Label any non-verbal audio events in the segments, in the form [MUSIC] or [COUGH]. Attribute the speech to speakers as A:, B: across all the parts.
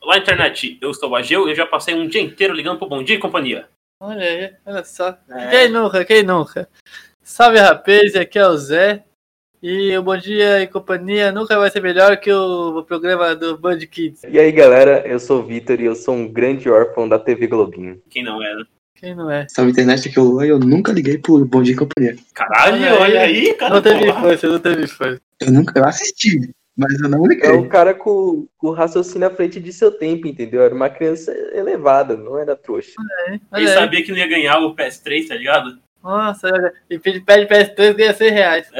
A: Olá, internet. Eu sou o Ageu e eu já passei um dia inteiro ligando pro Bom Dia e Companhia.
B: Olha aí, olha só. Quem nunca, quem nunca? Salve rapaz, aqui é o Zé. E o Bom Dia e Companhia nunca vai ser melhor que o programa do Band Kids.
C: E aí, galera, eu sou o Vitor e eu sou um grande órfão da TV Globinho.
A: Quem não né? era?
B: Quem não é?
D: Salve internet, aqui é o Luan e eu nunca liguei pro Bom Dia e Companhia.
A: Caralho,
B: Olha aí.
A: olha aí, cara.
B: Não teve
A: porra.
B: infância, não teve infância.
D: Eu nunca eu assisti, mas eu não liguei.
C: É um cara com, com raciocínio à frente de seu tempo, entendeu? Era uma criança elevada, não era trouxa.
B: Olha
A: Ele
B: aí.
A: sabia que não ia ganhar o PS3, tá ligado?
B: Nossa, olha. E pede pede PS2 ganha 100 reais.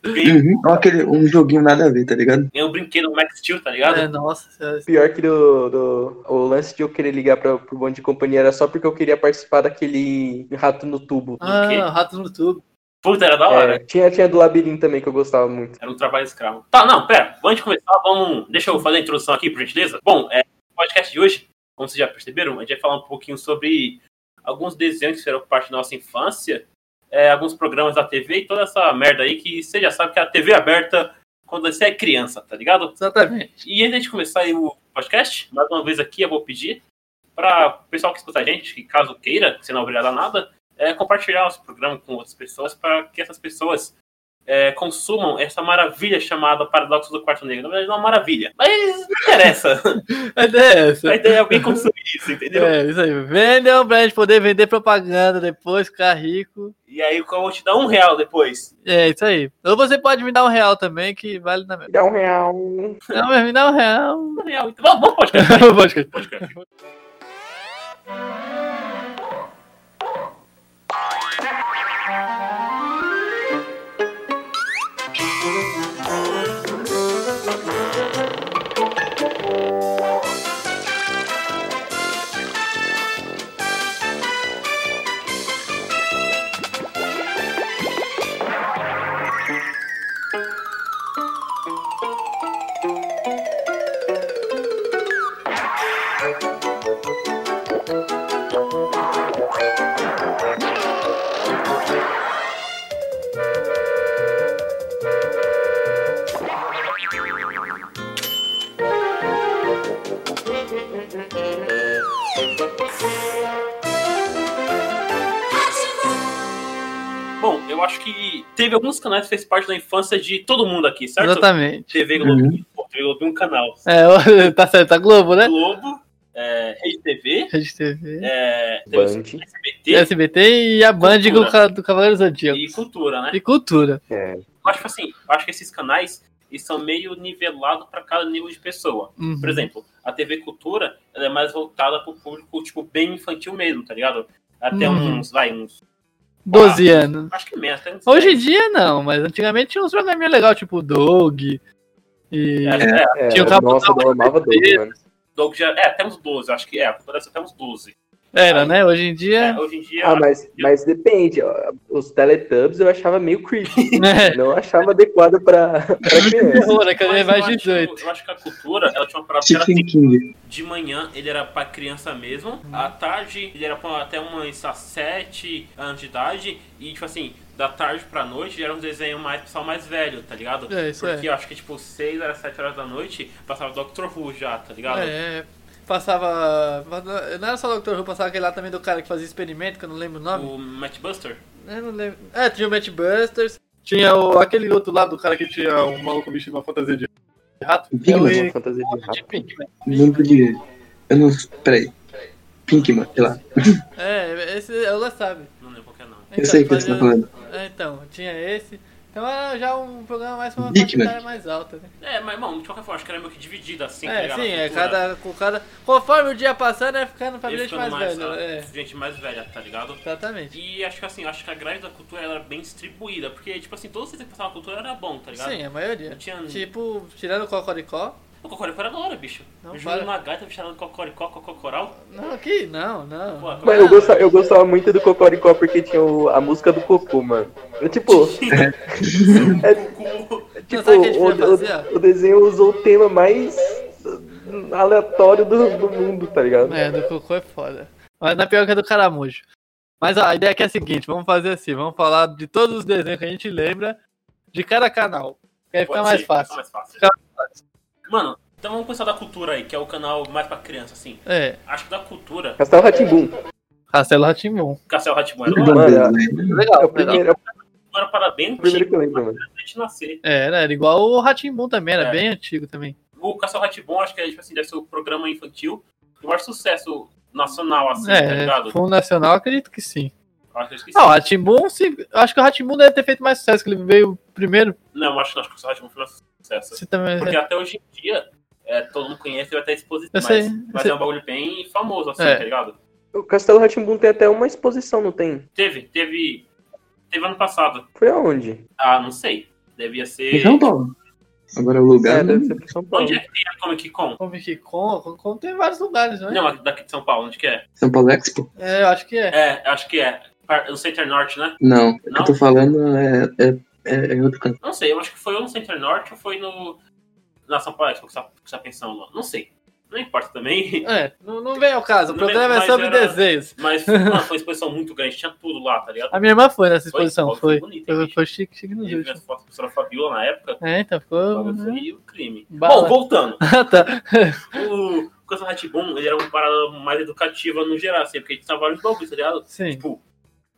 A: Ganhei,
D: Uhum, ou aquele, um joguinho nada a ver, tá ligado?
A: ganhei um brinquedo Max Steel, tá ligado?
B: É, nossa senhora.
C: Pior que do, do- o lance de eu querer ligar pra, pro Bom de Companhia era só porque eu queria participar daquele rato no tubo.
A: quê?
B: Ah, ratos no tubo.
A: Puta, era da hora.
C: É, tinha, tinha do labirinto também que eu gostava muito.
A: Era um trabalho escravo. Tá, não, pera. Antes de começar, vamos. Deixa eu fazer a introdução aqui, por gentileza. Bom, é, no podcast de hoje, como vocês já perceberam, a gente vai falar um pouquinho sobre alguns desenhos que fizeram parte da nossa infância, é, alguns programas da TV e toda essa merda aí que você já sabe que é a TV aberta quando você é criança, tá ligado?
B: Exatamente.
A: E antes de começar aí o podcast, mais uma vez aqui eu vou pedir para o pessoal que escuta a gente, que caso queira, que você não é obrigado a nada, é compartilhar nosso programa com outras pessoas para que essas pessoas é, consumam essa maravilha chamada Paradoxo do Quarto Negro. Na verdade, não é uma maravilha, mas não interessa.
B: A ideia é essa.
A: A ideia é alguém consumir isso, entendeu?
B: É, isso aí. Vendam pra gente poder vender propaganda depois, ficar rico.
A: E aí eu vou te dar um real depois.
B: É, isso aí. Ou você pode me dar um real também, que vale na mesma.
C: Dá um real.
B: Não, mas me dá um real.
A: Um real. Então, vamos, vamos podcast.
B: Pode-
A: podcast. Bom, eu acho que teve alguns canais que fez parte da infância de todo mundo aqui, certo?
B: Exatamente.
A: TV Globinho, pô, TV Globinho é um canal.
B: É, tá certo, tá Globo, né?
A: Globo, é, Rede TV,
B: Rede TV.
A: é,
C: Band.
A: SBT
B: SBT e a Band do, Ca- do Cavaleiro Zodíaco.
A: e Cultura, né?
B: E cultura.
C: É.
A: Eu acho que assim, eu acho que esses canais eles são meio nivelados para cada nível de pessoa.
B: Uhum.
A: Por exemplo, a TV Cultura ela é mais voltada pro público, tipo, bem infantil mesmo, tá ligado? Até
B: Uhum.
A: uns, vai, uns.
B: 12 anos.
A: Acho que menos, até uns
B: Hoje em
A: 10.
B: dia não, mas antigamente tinha uns programinhas legais, tipo Dog. E.
A: É, é,
C: É,
B: Tinha o Capitão
C: nossa, eu amava doido, mano.
A: Doug já- é, até uns 12, acho que é. Cultura até uns 12.
B: Era, né? Hoje em dia.
A: É, hoje em dia.
C: Ah, mas, mas depende. ó. Os Teletubbies eu achava meio creepy.
A: É.
B: né? [LAUGHS]
C: não achava adequado pra, pra criança.
B: Terror, aquele é
A: mas
B: mais
A: eu acho-
B: 18.
A: Eu acho que a cultura, ela tinha uma parada que era assim,
D: Stephen Tipo King.
A: De manhã ele era pra criança mesmo,
B: Uhum.
A: à tarde ele era pra até umas às 7 anos de idade, e tipo assim, da tarde pra noite era um desenho mais pessoal mais velho, tá ligado?
B: É, isso
A: Porque eu acho que tipo 6 era 7 horas da noite, passava Doctor Who já, tá ligado?
B: É, passava. Não era só o Dr. Who, passava aquele lá também do cara que fazia experimento, que eu não lembro o nome.
A: O Matt Buster.
B: Eu não lembro. É, tinha o Match Busters, tinha o, aquele outro lado do cara que tinha um maluco vestido uma fantasia de rato. É
D: Pigman.
B: o
C: Uma
B: Eric
C: fantasia de rato.
B: Pinkman.
D: Lembro de. Eu não. Peraí. Pinkman, sei lá.
B: É, esse é o Last Sabe.
A: Não lembro qual que é não.
D: Eu sei o que você tá falando.
B: É, então, tinha esse. Então era já um programa mais pra uma faixa
D: Dickman.
B: etária mais alta, né?
A: É, mas bom, de qualquer forma, acho que era meio que dividido assim, tá
B: É,
A: ligado?
B: sim,
A: A
B: é
A: cultura.
B: cada, com cada. Conforme o dia passando, é ficando
A: Ia
B: família de
A: ficando
B: mais,
A: mais,
B: velho.
A: né?
B: É,
A: Gente mais velha, tá ligado?
B: exatamente.
A: E acho que assim, acho que a grade da cultura ela era bem distribuída, porque, tipo assim, todos os que passavam a cultura era bom, tá ligado?
B: Sim, a maioria.
A: Não tinha-
B: Tipo, tirando o Cocoricó.
A: O Cocoricó era da hora, bicho.
B: Não,
A: Eu joguei
B: para.
A: uma gaita fechada no Cocoricó, Cococoral.
B: Não, aqui não, não.
A: Pô,
C: Mas eu gostava, eu gostava muito do Cocoricó porque tinha o- a música do Cocô, mano. Eu,
B: [LAUGHS]
C: tipo,
A: Cocoricó.
B: Não,
C: tipo
B: É. sabe o que a gente
C: o,
B: podia fazer,
C: o, o desenho usou o tema mais aleatório do, do mundo, tá ligado?
B: É, do Cocô é foda. Mas na pior que é do Caramujo. Mas ó, a ideia aqui é a seguinte, vamos fazer assim, vamos falar de todos os desenhos que a gente lembra de cada canal. Que aí fica
A: Pode
B: mais
A: ser,
B: fácil.
A: mais fácil.
B: Fica
A: Mano, Então vamos começar da cultura aí, que é o canal mais pra criança, assim.
B: É,
A: Acho que da cultura,
C: Castelo Ratimbum.
B: Castelo Ratimbum.
A: Castelo Rá-Tim-Bum era uma-
D: Bandeira, né?
C: É o
B: Legal, Tá, legal.
C: primeiro, é o
A: era para bem
C: primeiro que eu
A: antigo,
C: lembro, mano.
A: antes de nascer.
B: É, Era, era igual o Ratimbum também, era
A: É.
B: bem antigo também.
A: O Castelo Ratibon, acho que é, tipo assim, deve ser o programa infantil. O maior sucesso nacional, assim, tá
B: É,
A: ligado?
B: fundo nacional, acredito que sim.
A: Acho que eu esqueci.
B: Ah, o Ratimbum, sim. Acho que o Ratimbum deve ter feito mais sucesso, que ele veio primeiro.
A: Não, acho, acho que o Castelo Ratibon foi o maior sucesso.
B: Você também. é
A: Porque até hoje em dia, é, todo mundo conhece, vai ter exposição.
B: Eu sei,
A: mas
B: eu
A: mas
B: sei.
A: é um bagulho bem famoso, assim,
B: É.
A: tá ligado?
C: O Castelo Ratimbum tem até uma exposição, não tem?
A: Teve, teve. Teve ano passado.
C: Foi aonde?
A: Ah, não sei. Devia ser.
D: Então toma. Agora o
C: É,
D: lugar. né?
C: deve ser pra São Paulo.
A: Onde é que tem a Comic Con?
B: Comic Con, Comic Con tem em vários lugares, não é?
A: Não, a daqui de São Paulo, onde que é?
D: São Paulo Expo?
B: É, eu acho que é.
A: É, acho que é. Par- No Center Norte, né?
D: Não. O que
A: Não?
D: eu tô falando é, é, é em outro canto.
A: Não sei, eu acho que foi ou no Center Norte ou foi no. Na São Paulo, acho que você tá- você tá pensando lá. Não sei. Não importa também. [LAUGHS]
B: É, não, não vem ao caso, o
A: Não vem,
B: programa é
A: mas
B: sobre
A: era-
B: desenhos. [LAUGHS]
A: Mas mano, foi uma exposição muito grande, tinha tudo lá, tá ligado?
B: A minha irmã foi nessa
A: Foi?
B: exposição,
A: Óbvio,
B: foi.
A: bonito, hein,
B: Foi,
A: bicho?
B: foi chique, chique no
A: Teve as
B: último.
A: fotos da professora Fabiola na época.
B: É, então
A: o
B: ficou.
A: bagulho Foi o crime.
B: Bala.
A: Bom, voltando.
B: [LAUGHS] Ah, tá.
A: O Castelo Hatboom, ele era uma parada mais educativa no geral, assim, porque a gente tinha vários bagulhos, tá ligado?
B: Sim.
A: Tipo,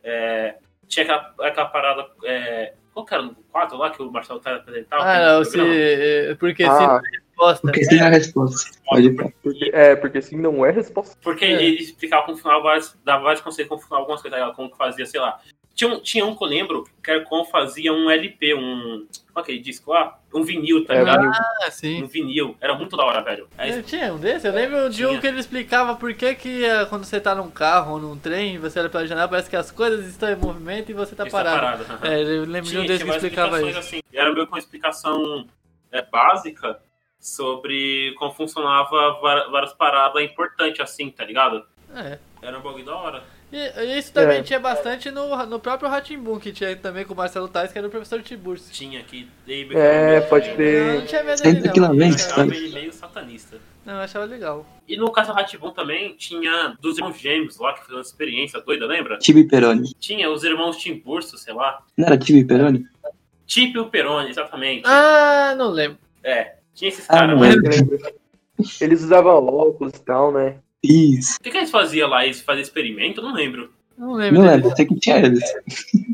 A: é, tinha aquela, aquela parada. é, qual que era o quadro lá que o Marcelo tá apresentava?
B: Ah, não, se. é, Porque se não
C: Ah,
B: é resposta.
D: Porque tem a resposta. Pode ir pra-
C: porque, é, porque sim, não é resposta.
A: Porque
B: É.
A: ele explicava como funcionava vários, dava vários conselhos como funcionava algumas coisas, tá ligado? como que fazia, sei lá. Tinha um, tinha um que eu lembro, que era como fazia um LP, um. Como é aquele disco lá? Um vinil, tá
C: É,
A: ligado?
C: o-
B: Ah, sim.
A: Um vinil. Era muito da hora, velho. É Aí,
B: Eu tinha um desse, eu lembro de um
A: Tinha.
B: que ele explicava por que que ah, quando você tá num carro ou num trem e você olha pela janela, parece que as coisas estão em movimento e você tá
A: isso
B: parado.
A: parado.
B: É, eu lembro de um desse que
A: várias
B: explicava
A: explicações
B: isso.
A: assim. E Era meio que uma explicação é, básica sobre como funcionava va- várias paradas importantes, assim, tá ligado?
B: É.
A: Era um bagulho da hora.
B: E, e isso também
C: É.
B: tinha bastante no, no próprio Ratimbun, que tinha também com o Marcelo Tais, que era o professor Tiburcio.
A: Tinha aqui. daí-
C: É, pode
B: Não, não
C: crer.
B: tinha medo
D: Sempre
B: dele,
D: que lá
B: não.
D: vem,
A: Eu
B: Eu
D: cara.
B: achava-
A: achava ele meio satanista.
B: Não, eu achava legal.
A: E no caso Ratibum também tinha dos irmãos gêmeos lá, que fizeram uma experiência doida, lembra?
D: Tibi Peroni.
A: Tinha os irmãos Timburso, sei lá.
D: Não era Tibi Peroni?
A: Tipo e o Peroni, exatamente.
B: Ah, não lembro.
A: É, tinha esses
D: Ah,
A: caras.
D: não
A: mas
D: é.
C: Eu lembro. né? Eles usavam óculos e tal,
B: Tá
C: né?
D: Isso.
A: o que, que eles faziam lá? Eles faziam experimento? Eu não lembro.
B: Não lembro.
D: Não
B: deles.
D: lembro, eu sei que tinha eles.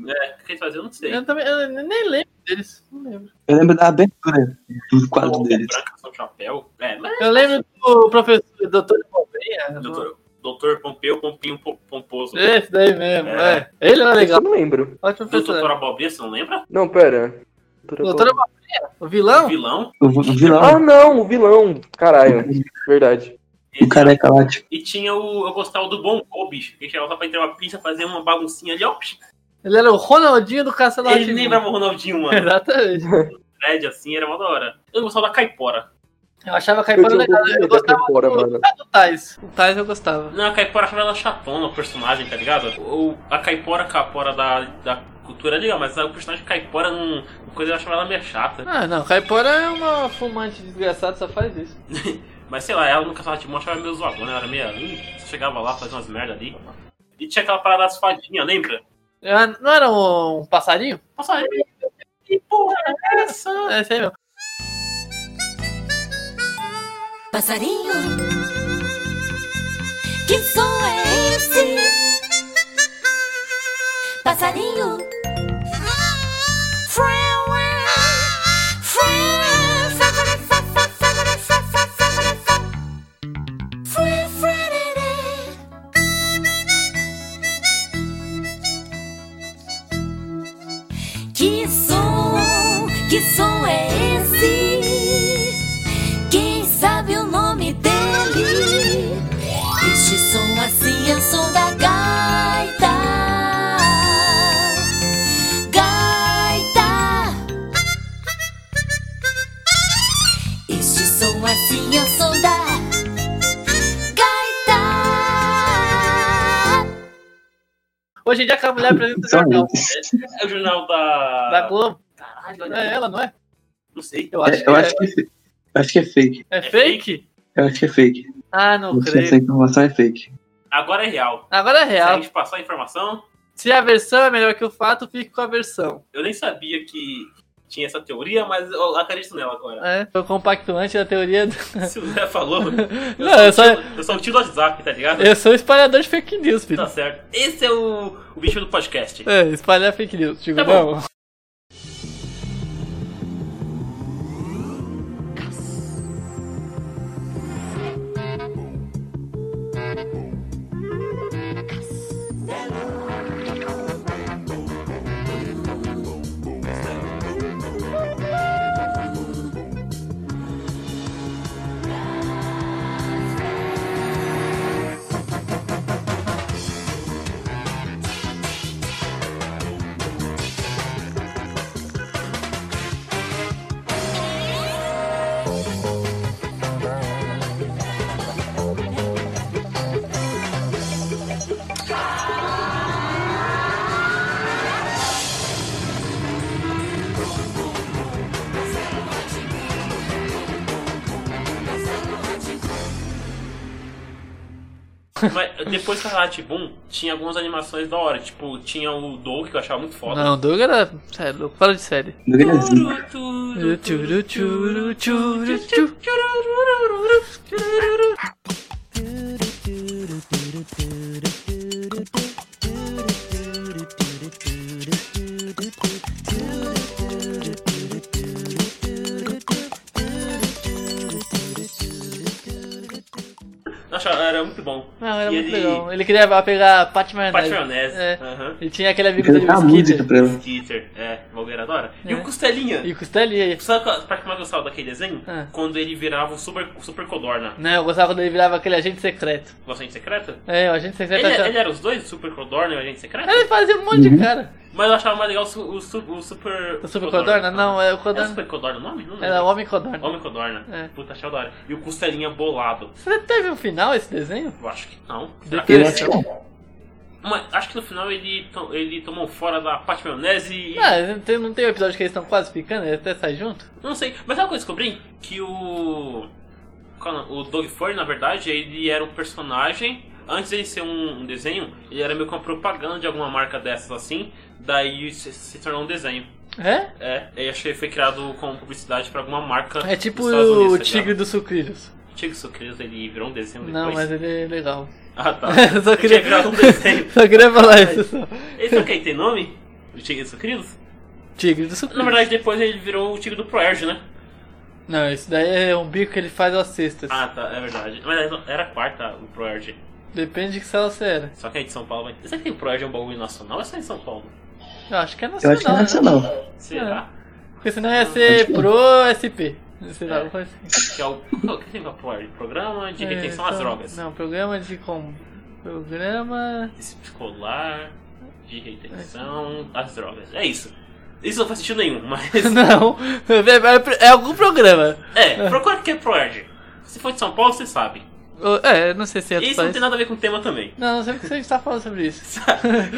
A: É, o que eles faziam? Eu não sei.
B: Eu, também, eu nem lembro deles. Não lembro.
D: Eu lembro da abertura do quadro
A: Roupa
D: deles.
A: branca com chapéu. É, mas
B: Eu lembro do professor Doutor Pompeia.
A: doutor, doutor Pompeu, Pompinho Pom- Pomposo.
B: Esse daí mesmo,
A: É.
B: é. Ele era
C: Isso
B: legal.
C: eu não lembro.
B: Ótimo
A: Do
B: professor.
A: doutor Abobrinha, você não lembra? Um
C: Não, pera.
B: Doutora Pompeia, o vilão?
A: Vilão.
D: O o
C: Ah,
D: vilão,
C: não, o vilão. Caralho, verdade.
D: o careca lá, tipo,
A: E tinha o. Eu gostava do Bongo, bicho. Que chegava pra entrar uma pista, fazer uma baguncinha ali, ó. psh,
B: Ele era o Ronaldinho do Castelo
A: Ele
B: Rá-Tim-Bum.
A: lembrava o Ronaldinho,
B: [LAUGHS]
A: mano.
B: Exatamente.
A: Red assim, era uma da hora. Eu gostava da Caipora.
B: Eu achava a
C: Eu
B: Caipora
C: tinha um
B: legal.
C: pouco de
B: É, Eu
C: medo da
B: gostava
C: Caipora,
B: do-
C: mano.
B: do Tais. O Tais eu gostava.
A: Não, a Caipora achava ela chatona, o personagem, tá ligado? Ou a Caipora, a Caipora da, da cultura é legal, mas o personagem Caipora, não, uma coisa eu achava ela meio chata.
B: Ah, não. Caipora é uma fumante desgraçada, só faz isso.
A: Mas sei lá, ela no Castelo Timão achava meio zoadona, ela era meio. hum, Chegava lá, fazia umas merda ali. E tinha aquela parada das fadinhas, lembra?
B: Ah, Não era um, um passarinho?
A: Nossa, que porra é essa?
B: É, esse aí mesmo.
E: Passarinho, que som é esse? Passarinho, que som, que som é esse? Quem sabe o nome dele? Este som assim é o som da gaita. Gaita. Este som assim é o som da gaita.
B: Hoje em dia que a mulher apresenta o
D: Só
B: jornal
D: eles.
A: É o jornal da.
B: da Globo.
A: Caralho, olha
B: É ela, não é?
A: Não sei.
B: Eu acho
D: É,
B: que
D: Eu
B: é.
D: acho que é fake. Eu acho que é fake.
B: É
A: É
B: fake?
D: Eu acho que é fake.
B: Ah, não
D: Eu acho que Essa
B: creio.
D: informação é fake.
A: Agora é real.
B: Agora é
A: Se a
B: real.
A: gente passar a informação,
B: Se a versão é melhor que o fato, fique com a versão.
A: eu nem sabia que tinha essa teoria, mas eu acredito nela
B: [LAUGHS]
A: agora.
B: É, foi compactuante da teoria do...
A: Se o Zé falou, eu,
B: Não,
A: sou,
B: [LAUGHS]
A: o
B: eu tipo- só-
A: tio- eu sou o tio do WhatsApp, tá ligado?
B: Eu sou espalhador de fake news, filho.
A: Tá certo. Esse é o, o bicho do
B: [LAUGHS]
A: podcast.
B: É, espalhar fake news. Digo,
A: Tá bom.
B: não.
A: Mas depois que a Ratboom tinha algumas animações da hora. Tipo, tinha o Doug, que eu achava muito foda.
B: Não, Doug era. Sério, louco, fala de série.
D: Do Brasil.
A: Turu, turu,
B: Turu,
A: turu,
B: turu, turu, turu, turu.
A: turu, turu. Nossa, era muito bom.
B: Não, era
A: E
B: muito
A: ele-
B: legal. Ele queria pegar a Pat
A: Pate
B: Maionese.
A: maionese.
B: É.
A: Aham.
B: Ele tinha aquele
D: Eu
B: amigo
D: quero
B: dele,
D: dar
B: o
D: uma música
B: Skitter.
D: pra ela.
A: Skitter, é, Valgueira adora. E
B: É.
A: o Costelinha.
B: E costelinha.
A: Sabe qual- pra que mais eu gostava daquele desenho?
B: Ah.
A: Quando ele virava um super, um super codorna.
B: Não, né, eu gostava quando ele virava aquele agente secreto.
A: O agente secreto?
B: É, o agente secreto.
A: Ele,
B: era-
A: ele era os dois, o Super Codorna e o Agente Secreto?
B: Ele fazia um monte de
D: Uhum.
B: cara.
A: Mas eu achava mais legal o, su- o su- o Super.
B: O Super Codorna? Não, é o
A: Era o
B: Codorna.
A: Super Codorna o nome? Não
B: Era o
A: lembro.
B: Homem Codorna.
A: Homem Codorna.
B: É.
A: Puta, achava da hora. E o Costelinha bolado.
B: Você teve um final esse desenho?
A: Eu acho que não.
B: De
A: Será
B: que-
A: que- é
D: Eu acho que é, não.
A: Mas acho que no final ele, to- ele tomou fora da parte maionese e.
B: Ah, não tem- não tem um episódio que eles estão quase ficando, eles até saem junto?
A: Não sei. Mas sabe o que eu descobri? Que o. qual é o nome? O Doug Furry, na verdade, ele era um personagem. Antes de ser um, um desenho, ele era meio que uma propaganda de alguma marca dessas assim. Daí se- se tornou um desenho.
B: É?
A: É, eu achei que foi criado como publicidade pra alguma marca.
B: É tipo
A: dos Estados Unidos,
B: o
A: tá
B: Tigre
A: ligado?
B: dos Sucrilhos.
A: Tigre Sucrilhos, ele virou um desenho depois.
B: Não, mas ele é legal.
A: Ah,
B: [LAUGHS]
A: tá.
B: Eu só
A: Ele
B: queria-
A: tinha
B: [LAUGHS]
A: virado um desenho.
B: Só queria falar isso. só.
A: Esse é o que? Tem nome? O Tigre Sucrilhos?
B: Tigre dos
A: Na
B: Sucrilhos.
A: verdade, depois ele virou o Tigre do Proerd, né?
B: Não, isso daí é um bico que ele faz às cestas.
A: Ah, tá, é verdade. Mas era a quarta, o Proerd.
B: Depende de que sala você era.
A: Só que é de São Paulo, mas... Será que o Proerd é um bagulho nacional ou é só em São Paulo?
B: Eu acho que é
D: Eu
B: nacional.
D: acho que é
B: né?
D: nacional.
A: Será?
B: Porque senão ia
D: é.
B: ser pro SP. Sei lá,
A: É.
B: alguma coisa assim.
A: Que é o... O que tem pra Proerd? Programa de
B: É,
A: Retenção às
B: então-
A: Drogas.
B: Não, programa de como? Programa.
A: Escolar de Retenção às Drogas. É isso. Isso não faz sentido nenhum, mas...
B: [LAUGHS] Não, é, é- é algum programa.
A: É, procura que é ProErd. Se for de São Paulo, você sabe.
B: Ou- É, não sei se
A: E
B: é outro
A: isso não
B: país.
A: tem nada a ver com o tema
B: [LAUGHS]
A: também.
B: Não, não sei porque a gente tá falando sobre isso.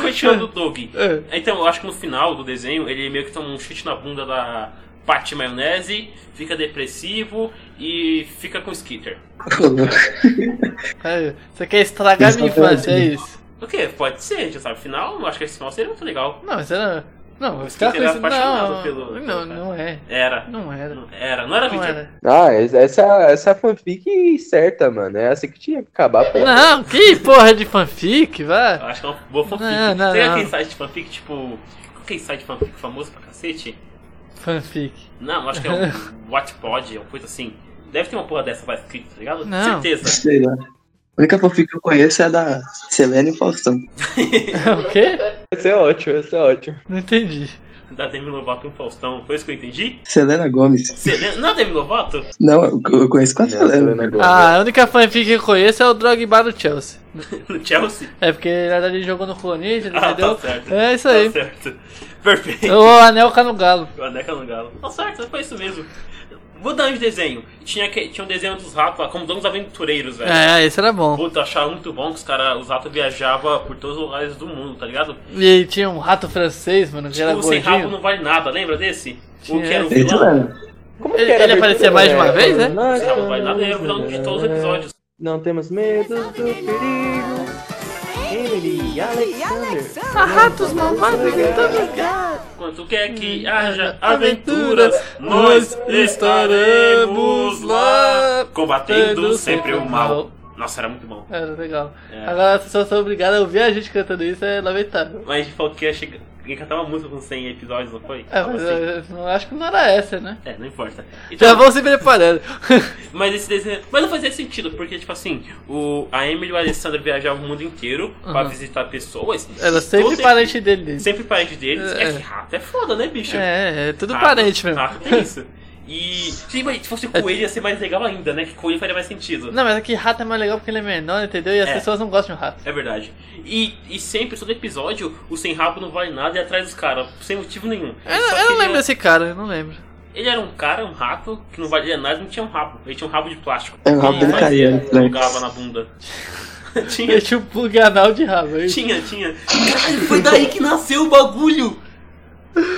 A: Continuando o Doug.
B: É.
A: Então, eu acho que no final do desenho, ele meio que toma um chute na bunda da Patty Maionese, fica depressivo e fica com skitter.
D: Ô, louco.
B: É, Você quer estragar
D: Isso
B: minha
D: tá falando
B: infância, é
D: assim.
B: isso?
A: O que? Pode ser, já sabe. Final, eu acho que esse final seria muito legal.
B: Não, você não. Não,
A: Você
B: você tá com
A: era
B: isso.
A: apaixonado
B: Não,
A: pelo- pelo
B: não, não é.
A: Era.
B: Não era.
A: Não Era, não era,
B: Não
A: Victor?
B: era.
C: Ah, essa, essa fanfic certa, mano. É essa que tinha que acabar, pô.
B: Não, que porra de fanfic,
A: Eu
B: vá.
A: acho que é uma boa fanfic.
B: Não, não,
A: Será
B: não.
A: aquele site de fanfic, tipo... Qual que é esse site de fanfic famoso pra cacete?
B: Fanfic. [LAUGHS]
A: Não, acho que é um Wattpod, uma coisa assim. Deve ter uma porra dessa lá escrita, tá ligado?
B: Não.
A: Certeza.
D: [LAUGHS] Sei lá. A única fanfic que eu conheço é a da Selene e Faustão.
B: o quê?
C: Essa é ótimo, essa é ótimo.
B: Não entendi.
A: Da Demi Lovato e o Faustão, foi isso que eu entendi?
D: Selena Gomes.
A: Você lembra? Não, é Demi Lovato?
D: Não, eu- eu conheço com a
C: Não,
D: Selena.
C: É, Selena Gomez.
B: Ah, a única fanfic que eu conheço é o Drogba do Chelsea.
A: No Chelsea?
B: É porque na verdade ele jogou no Corinthians,
A: Ah,
B: entendeu?
A: tá certo.
B: É isso
A: Tá
B: aí.
A: certo. Perfeito.
B: O anel cai no galo.
A: O Aneca no Galo. Tá certo, foi isso mesmo. Mudando de desenho. Tinha, que, tinha um desenho dos ratos lá, como Donos Aventureiros, velho.
B: É, esse era bom.
A: Puta, eu achava muito bom que os caras, os ratos viajavam por todos os lugares do mundo, tá ligado?
B: E tinha um rato francês, mano, que era
A: Tipo, sem rabo
B: gordinho.
A: não vale nada, lembra desse? O
B: Tinha
A: que era o
D: Ei,
A: vilão?
D: Selena.
C: Como
B: Ele- ele aparecia mais de
C: É,
B: uma vez, né?
A: Sem rabo não vale nada, era o vilão então, de todos os episódios.
C: Não temos medo do perigo. Emily Alexander.
B: Há ratos mamados em todo lugar.
A: Quanto quer que haja aventuras, nós estaremos lá, combatendo sempre o mal. Nossa, era muito bom.
B: Era legal.
A: É.
B: Agora as pessoas são obrigadas a ouvir a gente cantando isso, é lamentável.
A: Mas a gente falou que ia chegar. Ia cantar uma música com 100 episódios, não foi?
B: É, mas eu, eu não- acho que não era essa, né?
A: É, não importa.
B: Já
A: assim? Então,
B: vão se preparando.
A: Mas esse desenho. Mas não fazia sentido, porque, tipo assim, o... a Emily e o Alessandro viajavam o mundo inteiro pra
B: Uhum.
A: visitar pessoas.
B: Era sempre
A: Todo-
B: parente dele.
A: Sempre parente deles. É,
B: É.
A: que rato é foda, né, bicho?
B: É, é tudo
A: Rato-
B: parente É mesmo.
A: Rato é isso. E se mas tipo se fosse coelho, ia ser mais legal ainda, né? Que coelho faria mais sentido.
B: Não, mas aqui rato é mais legal porque ele é menor, entendeu? E as
A: É.
B: pessoas não gostam de rato.
A: É verdade. E, e sempre, todo episódio, o sem rabo não vale nada e atrás dos caras, sem motivo nenhum.
B: Eu, eu não lembro desse cara, eu
A: [LAUGHS]
B: não lembro.
A: Ele era um cara, um rato, que não valia nada e não tinha um rabo. Ele tinha um rabo de plástico.
D: É, o rabo
A: E
D: dele
A: fazia-
D: caía, né?
A: Jogava na bunda. [LAUGHS]
B: Ele
A: tinha,
B: tinha um plug anal de rabo. é aí.
A: tinha, tinha. Caralho, foi daí que nasceu o bagulho!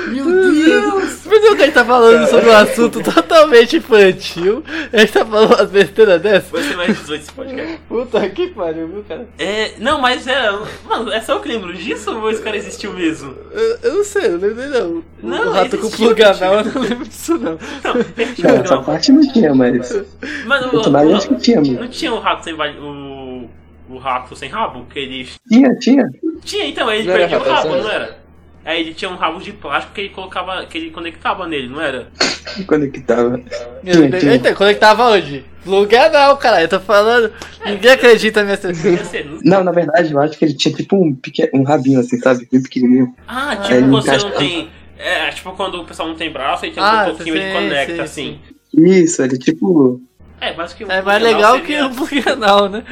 A: Meu Deus!
B: Mas o que a gente tá falando sobre
A: [LAUGHS]
B: um assunto totalmente infantil? A gente tá falando umas besteiras dessas?
A: Vai ser mais 18 esse podcast.
B: Puta que pariu, viu, cara?
A: É, não, mas era. Mano, é só eu que lembro disso ou esse cara existiu mesmo?
B: Eu, eu não sei, eu não lembro não. O-
A: Não,
B: o rato com
A: existiu,
B: plug anal, eu não lembro disso não.
A: Não, existiu
D: Não, essa
A: não.
D: parte não tinha, mas.
A: Mas o-
D: O Tomari acho que tinha, mano.
A: Não tinha o rato sem vale- o, o rato sem rabo? Que ele.
D: Tinha, tinha.
A: Tinha, então, aí ele
C: Não era
A: perdia o
C: rato,
A: rabo,
C: era-
A: não era? Aí ele tinha um rabo de plástico que ele colocava. que ele conectava nele, não era?
D: Conectava.
B: Eu
D: Tinha, tinha.
B: Então, conectava onde? Plug anal, cara, eu tô falando. Ninguém acredita nessa. É
A: Ia ser-
D: Não, na verdade, eu acho que ele tinha tipo um, peque... um rabinho, assim, sabe? Bem pequenininho.
A: Ah,
D: É,
A: tipo
D: ele
A: quando você não
D: encaixa-
A: tem. É, tipo quando o pessoal não tem braço, aí tem
B: Ah,
A: um pouquinho ele
B: sim,
A: conecta,
B: sim,
A: assim.
D: Isso, ele tipo.
A: É, mas que o
B: É mais
A: Plug Anal
B: legal que
A: seria-
B: o plug anal, né?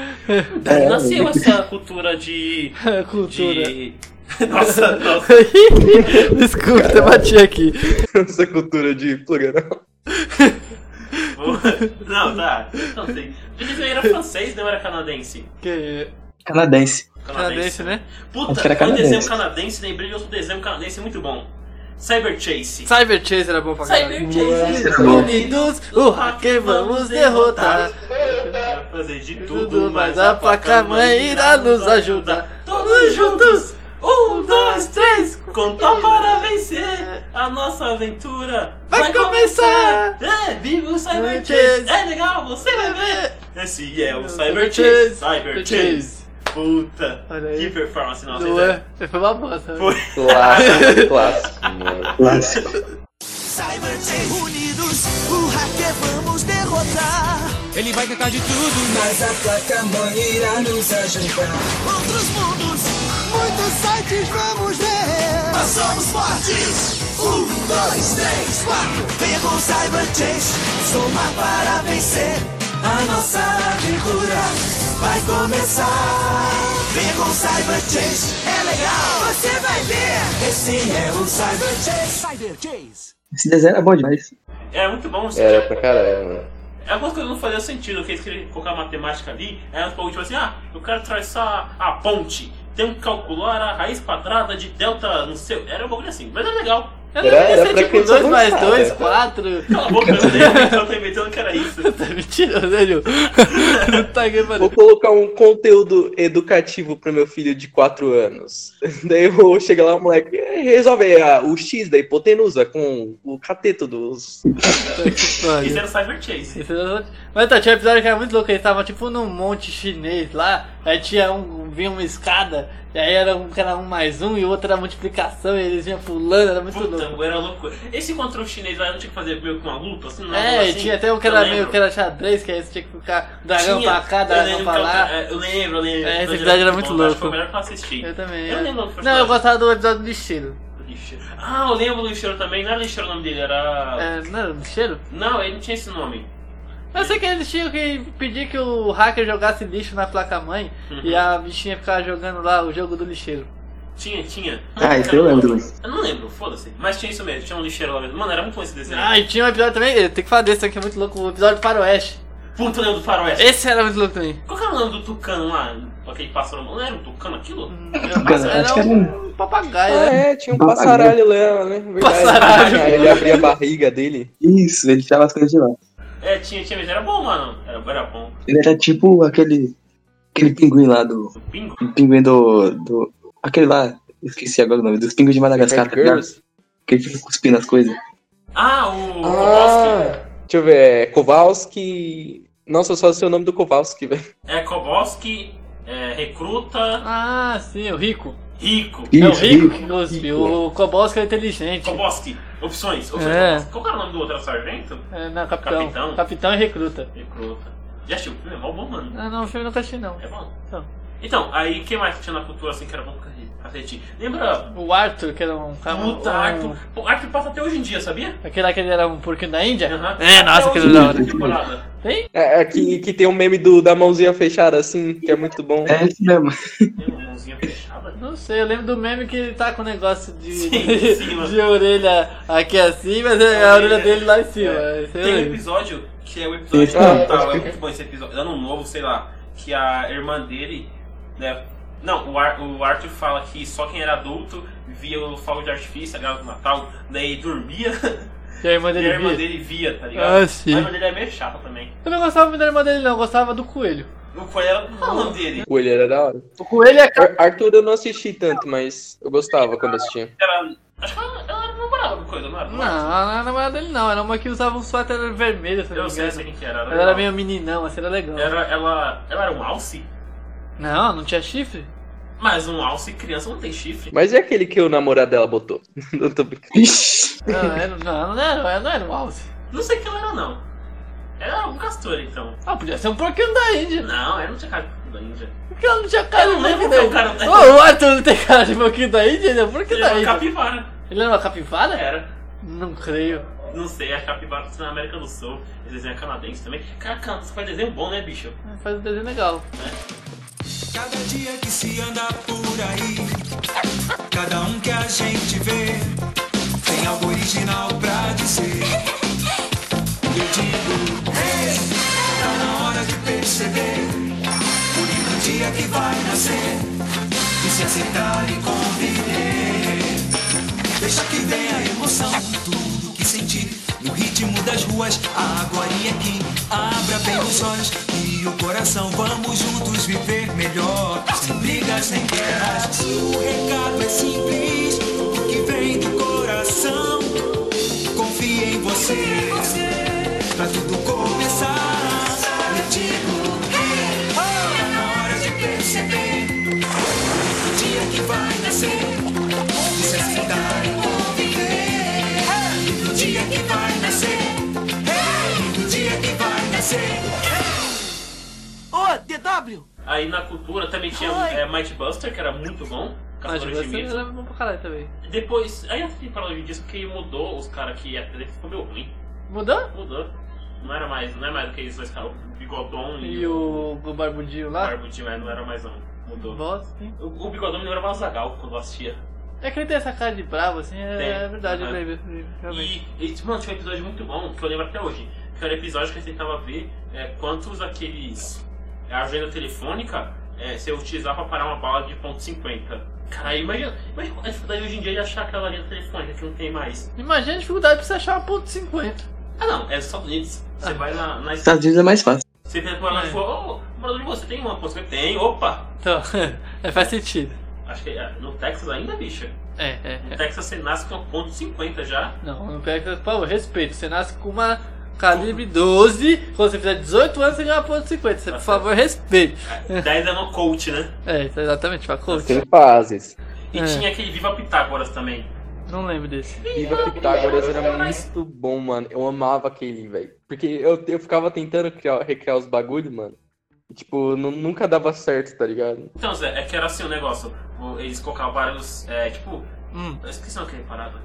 A: Daí [LAUGHS]
D: É,
A: nasceu essa cultura de.
B: Cultura.
A: de... [LAUGHS] Nossa, nossa.
B: [LAUGHS] Desculpa, eu bati aqui.
C: [LAUGHS] Essa cultura de plural.
A: boa. Não, tá. eu Não sei. Eles era francês, não era canadense.
B: Que
D: Canadense.
A: é
B: canadense, né?
A: Puta,
D: Acho que era
A: foi um
D: canadense.
A: desenho canadense, lembrei de outro desenho canadense muito bom. Cyber Chase.
B: Cyber Chase era bom pra
A: Cyber
B: caralho.
A: Chase.
D: Nossa.
B: Unidos, o hacker vamos derrotar.
A: Vai fazer de tudo,
B: Tudo,
A: mas
B: mas
A: a
B: a
A: placa mãe irá nos ajudar. Todos juntos, um, dois, três, contar para vencer. A nossa aventura
B: Vai começar.
A: É, viva o Cyber
B: Cyber
A: Chase.
B: Chase.
A: É legal, você vai ver. Esse é o Cyber
B: Cyber
A: Chase.
B: Chase.
A: Cyber
B: Cyber
A: Chase. Puta,
B: Olha
A: que
B: aí.
A: performance nossa.
B: Não
A: Zé.
B: é? Foi uma bosta. né?
A: Foi.
C: Clássico, clássico, mano.
D: Clássico.
F: Unidos, o hacker vamos derrotar.
G: Ele vai tentar de tudo, né?
F: Mas a placa mãe irá nos ajudar. Outros mundos, muitos sites vamos ver. Nós somos fortes. Um, dois, três, quatro. Venha com o Cyber Chase, somar para vencer. A nossa aventura vai começar. Venha com o Cyber Chase, é legal. Você vai ver. Esse é o Cyber Chase. Cyber Chase.
D: Esse desenho era bom demais.
A: Era muito bom. assim,
C: Era pra caralho, mano.
A: Algumas coisas não faziam sentido, que eles queriam colocar matemática ali, aí uns pouco tipo assim, ah, eu quero atravessar a ponte, tem que calcular a raiz quadrada de delta, não sei, era um bagulho assim, mas era legal.
B: Eu
C: Era-
B: devia
C: era
B: ser
C: pra
B: tipo
C: criança
B: 2 mais
C: avançada.
B: 2, 4.
A: Cala a boca, eu nem- eu tô inventando que era isso.
B: Tá mentiroso, né, Ju? [LAUGHS] Não tá
C: Vou
B: gravando.
C: colocar um conteúdo educativo pro meu filho de 4 anos. [LAUGHS] Daí eu vou chegar lá, o moleque "É, resolve a- o X da hipotenusa com o cateto dos.
B: Puta que pariu.
A: Isso era o Cyber Chase.
B: Esse era outro. Mas então, tinha um episódio que era muito louco, eles estavam tipo num monte chinês lá, aí tinha um, vinha uma escada, e aí era um que era um mais um e o outro era multiplicação, e eles vinham pulando, era muito louco.
A: Puta, um era loucura. Esse controle chinês lá, não tinha que fazer meio com uma lupa, assim, não
B: É,
A: assim,
B: e tinha até um que
A: eu
B: era
A: lembro.
B: meio que era xadrez, que aí você tinha que ficar dragão
A: Tinha,
B: pra cá,
A: eu
B: dragão
A: lembro
B: pra
A: que eu-
B: lá.
A: é, Eu lembro, eu lembro.
B: É, esse
A: Mas
B: episódio era muito
A: bom, acho que Foi o
B: louco.
A: melhor que eu assisti.
B: Eu também.
A: Eu
B: é.
A: lembro do
B: Não,
A: personagem.
B: eu gostava do episódio do lixeiro.
A: Lixeiro. Ah, eu lembro do lixeiro também, não era lixeiro o nome dele, era...
B: É, não era lixeiro?
A: Não, ele não tinha esse nome.
B: Eu sei que eles tinham que pedir que o hacker jogasse lixo na placa-mãe [LAUGHS] e a bichinha ficava jogando lá o jogo do lixeiro.
A: Tinha, tinha.
D: Ah, isso eu lembro.
A: Eu não lembro, foda-se. Mas tinha isso mesmo, tinha um lixeiro lá mesmo. Mano, era muito bom esse desenho.
B: Ah, e tinha um episódio também, tem que falar desse aqui, é muito louco, o episódio do Faroeste.
A: Puta, eu lembro do faroeste.
B: Esse era muito louco também.
A: Qual que era o nome do tucano lá? Aquele pássaro mano. Não era um tucano aquilo?
D: Cara, acho que era um.
B: um papagaio,
C: Ah,
B: né?
C: é, tinha um
D: Papagaio.
C: passaralho lá, né? Verdade.
B: Passaralho.
C: Aí Ele abria a barriga dele.
D: Isso, ele tirava as coisas de lá.
A: É, tinha, tinha mesmo. Era bom, mano. Era, era bom.
D: Ele era tipo aquele. Aquele pinguim lá do. um
A: O pingo?
D: Pinguim do. do aquele lá. Esqueci agora o nome. Dos pinguins de Madagascar, tá ligado?
C: Girls.
D: Que ele fica cuspindo as coisas.
B: É
A: Ah, o.
C: Ah, deixa eu ver, é Kowalski. Nossa, eu só sei o nome do Kowalski, [LAUGHS] velho.
A: Kowalski. É Kowalski, é, recruta,
B: Ah, sim, o Rico.
A: rico.
B: É o
D: Isso,
B: Rico que
D: Rico,
B: cuspe.
D: Rico.
B: O Kobosca é inteligente.
A: Kowalski, opções. opções
B: É.
A: Kowalski. Qual que era o nome do outro? Era Sargento?
B: É, não, capitão.
A: Capitão?
B: capitão. e recruta.
A: Recruta. Já assistiu o filme? É mó bom, mano.
B: Ah, não, o filme eu nunca assisti, não.
A: É bom.
B: Então.
A: Então, aí, o que mais que tinha na cultura assim que era bom pra assistir? Lembra?
B: O Arthur, que era um cara.
A: Puta,
B: um-
A: Arthur. Pô, Arthur passa até hoje em dia, sabia?
B: Aquele lá que ele era um porquinho da Índia?
A: Aham.
B: É,
A: Até
B: nossa, aquele
A: hoje
B: da
A: em
B: hora.
A: dia, temporada.
B: Tem?
C: É, é que, que tem um meme do, da mãozinha fechada, assim, que é muito bom.
D: É esse mesmo. [LAUGHS]
A: Tem uma mãozinha fechada. né?
B: Não sei, eu lembro do meme que ele tá com o negócio de,
A: Sim,
B: de,
A: sim, mano.
B: de [LAUGHS] orelha aqui assim, mas é
A: É,
B: a orelha dele lá em cima.
A: é.
B: Esse eu
A: Tem um [LAUGHS]
B: lembro.
A: episódio que é o episódio de
D: Esse
A: Natal, é muito bom esse episódio, ano novo, sei lá, que a irmã dele, né? Não, o, Ar, o Arthur fala que só quem era adulto via o fogo de artifício, a gala do Natal, daí dormia
B: Que é a irmã
A: [LAUGHS] e a
B: dele
A: irmã
B: via.
A: dele via, tá ligado?
B: Ah,
A: a
B: sim.
A: irmã dele é meio chata também.
B: Eu não gostava muito da irmã dele, não, eu gostava do coelho.
A: Não foi ela falando dele,
C: O olho era da hora.
B: O coelho é. ca-
C: Ar- Arthur eu não assisti tanto, mas eu gostava quando assistia.
A: era. Acho que ela, ela era namorada do coisa, não era?
B: Não, não era namorada dele, não. Era uma que usava um suéter vermelho, se
A: Eu não
B: não me
A: sei
B: engano.
A: assim quem que era.
B: Ela era
A: legal.
B: meio meninão, assim, era legal.
A: Era, ela, ela era um alce?
B: Não, não tinha chifre?
A: Mas um alce criança não tem chifre.
C: Mas e aquele que o namorado dela botou? [LAUGHS] Não tô brincando.
D: Ixi.
B: Não, era, não, não era, não era um alce.
A: Não sei quem ela era, não. Ela era um castor, então.
B: Ah, podia ser um porquinho da Índia.
A: Não, um eu não tinha cara da Índia.
B: Por que ela não tinha cara
A: Eu
B: de
A: não lembro que
B: porquinho da
A: o cara
B: Índia? Ô, o Arthur não tem cara de porquinho da Índia? Ele é porquinho
A: Ele
B: da
A: era um
B: Índia.
A: capivara.
B: Ele era uma capivara?
A: Era.
B: Não creio.
A: Não sei, a capivara tá na América do Sul. Esse desenho é canadense também. Cara, can- você faz desenho bom, né, bicho?
B: Faz um desenho legal.
F: Cada dia que se anda por aí, cada um que a gente vê, tem algo original pra dizer. Eu digo, ei, tá na hora de perceber o lindo dia que vai nascer e se aceitar e conviver. Deixa que venha a emoção, tudo que sentir no ritmo das ruas, agora e aqui. Abra bem os olhos e o coração, vamos juntos viver melhor. Sem brigas, nem guerras. O recado é simples, o que vem do coração. Confie em você, pra tudo começar. Eu digo, hey, oh, tá na hora de perceber o dia que vai nascer. E se aceitar e conviver Hey, No dia que vai nascer Hey, No dia que vai nascer
A: Aí na cultura também tinha é, Mighty Buster, que era muito bom.
B: Mas
A: Caçador de
B: você
A: mitos.
B: era bom pra caralho também.
A: Depois, aí eu fiquei falando disso porque mudou os caras que até ficou meio ruim.
B: Mudou?
A: Mudou. Não era mais, não é mais aqueles dois caras, o Bigodon e,
B: E o, o barbudinho lá?
A: Barbudinho, mas não era mais um. Mudou.
B: Bosta, hein?
A: O, o Bigodon não era mais Zagal quando eu assistia.
B: É que ele tem essa cara de bravo, assim, é,
A: Tem.
B: é verdade,
A: Aham.
B: eu lembro, eu lembro, realmente.
A: E, e, tipo, mano, tinha um episódio muito bom que eu lembro até hoje. Que era um episódio que eu tentava ver é, quantos aqueles. A agenda telefônica é, se eu utilizar pra parar uma bala de ponto .50. Cara, imagina, imagina é a dificuldade hoje em dia de achar aquela agenda telefônica que não tem mais.
B: Imagina a dificuldade pra você achar uma ponto 50.
A: Ah, não, é dos Estados Unidos. Você
B: Ah.
A: vai na. na
D: Estados Unidos é mais fácil.
A: você tenta lá e
B: É.
A: fala, ô, morador de você tem uma ponto .50? Tem, opa!
B: Então, [LAUGHS] é, faz sentido.
A: Acho que é no Texas ainda, bicha.
B: É, é,
A: No
B: é.
A: Texas você nasce com ponto .50 já.
B: Não, não pega. Por favor, respeito. Você nasce com uma calibre 12. Quando você fizer 18 anos, você ganha uma ponto 50. Você,
A: Tá
B: por favor, respeite.
A: 10 é no coach, né?
B: É, isso é exatamente, pra coach.
C: Tem fases.
A: E
B: É.
A: tinha aquele Viva Pitágoras também.
B: Não lembro desse.
C: Viva Pitágoras era muito bom, mano. Eu amava aquele, velho. Porque eu, eu ficava tentando criar, recriar os bagulhos, mano. E, tipo, nu- nunca dava certo, tá ligado?
A: Então, Zé, é que era assim o negócio. O- Eles colocavam vários. É, tipo.
B: Hum,
A: Eu esqueci aquele parada.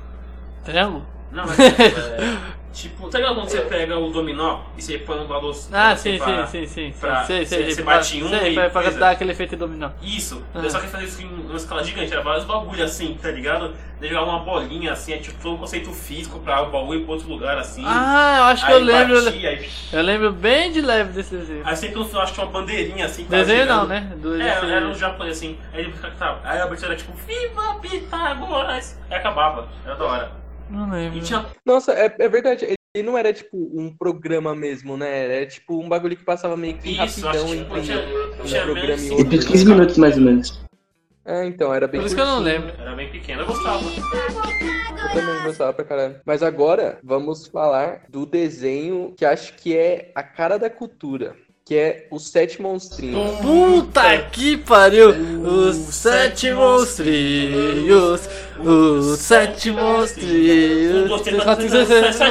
B: triângulo?
A: Não, mas. é, tipo, tá ligado quando você pega o dominó e você põe um valor.
B: Ah,
A: você
B: sim,
A: vai-
B: sim, sim, sim, sim.
A: pra-
B: sei, sei,
A: você-
B: sei,
A: você
B: pra-
A: bate em um e
B: sei, pra, pra
A: coisa.
B: dar aquele efeito dominó.
A: Isso.
B: Ah.
A: Eu só que fazer isso em uma escala gigante. Era vários bagulhos assim, tá ligado? Daí jogava uma bolinha assim, é tipo todo um conceito físico pra o baú ir pra outro lugar assim.
B: Ah, eu acho que
A: aí
B: eu lembro.
A: Batia, aí...
B: Eu lembro bem de leve desse desenho.
A: aí sempre no final acho que tinha uma bandeirinha assim. que tava
B: Desenho
A: girando.
B: não, né? Do,
A: É,
B: desse-
A: era um japonês assim. Aí ele ficava. tá, Aí a abertura era tipo, Viva Pitágoras! Aí acabava. Era da hora.
B: Não
A: E
B: lembro.
A: tinha
C: Nossa, é, é verdade. Ele não era, tipo, um programa mesmo, né? Era, tipo, um bagulho que passava meio que
A: Isso, acho
C: rapidão
A: que
C: entre
A: tipo, tinha,
C: um
A: tinha
C: programa
A: menos
C: e
A: cinco
C: outro.
D: Uns 15 minutos mais ou menos.
C: É, então, era bem
B: Por isso que eu não
C: curtinho.
B: lembro.
A: Era bem pequeno, eu gostava.
C: Eu também gostava pra caralho. Mas agora vamos falar do desenho que acho que é a cara da cultura, que é os sete monstrinhos.
A: É.
B: Puta que pariu! Os sete monstrinhos! Os sete monstrinhos!
A: Os
B: Sete monstrinhos,
A: sete
B: sete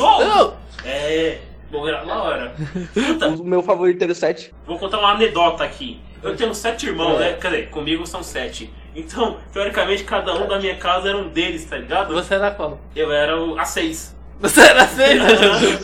A: monstrinhos.
B: Não!
A: É, morreram na hora. Puta,
C: O meu favorito era o sete.
A: vou contar uma anedota aqui. Eu tenho sete irmãos, né? Quer dizer, comigo são sete. Então, teoricamente, cada um da minha casa era um deles, tá ligado?
B: Você era qual?
A: Eu era o, a
B: [LAUGHS]
A: seis.
B: Você era seis? né,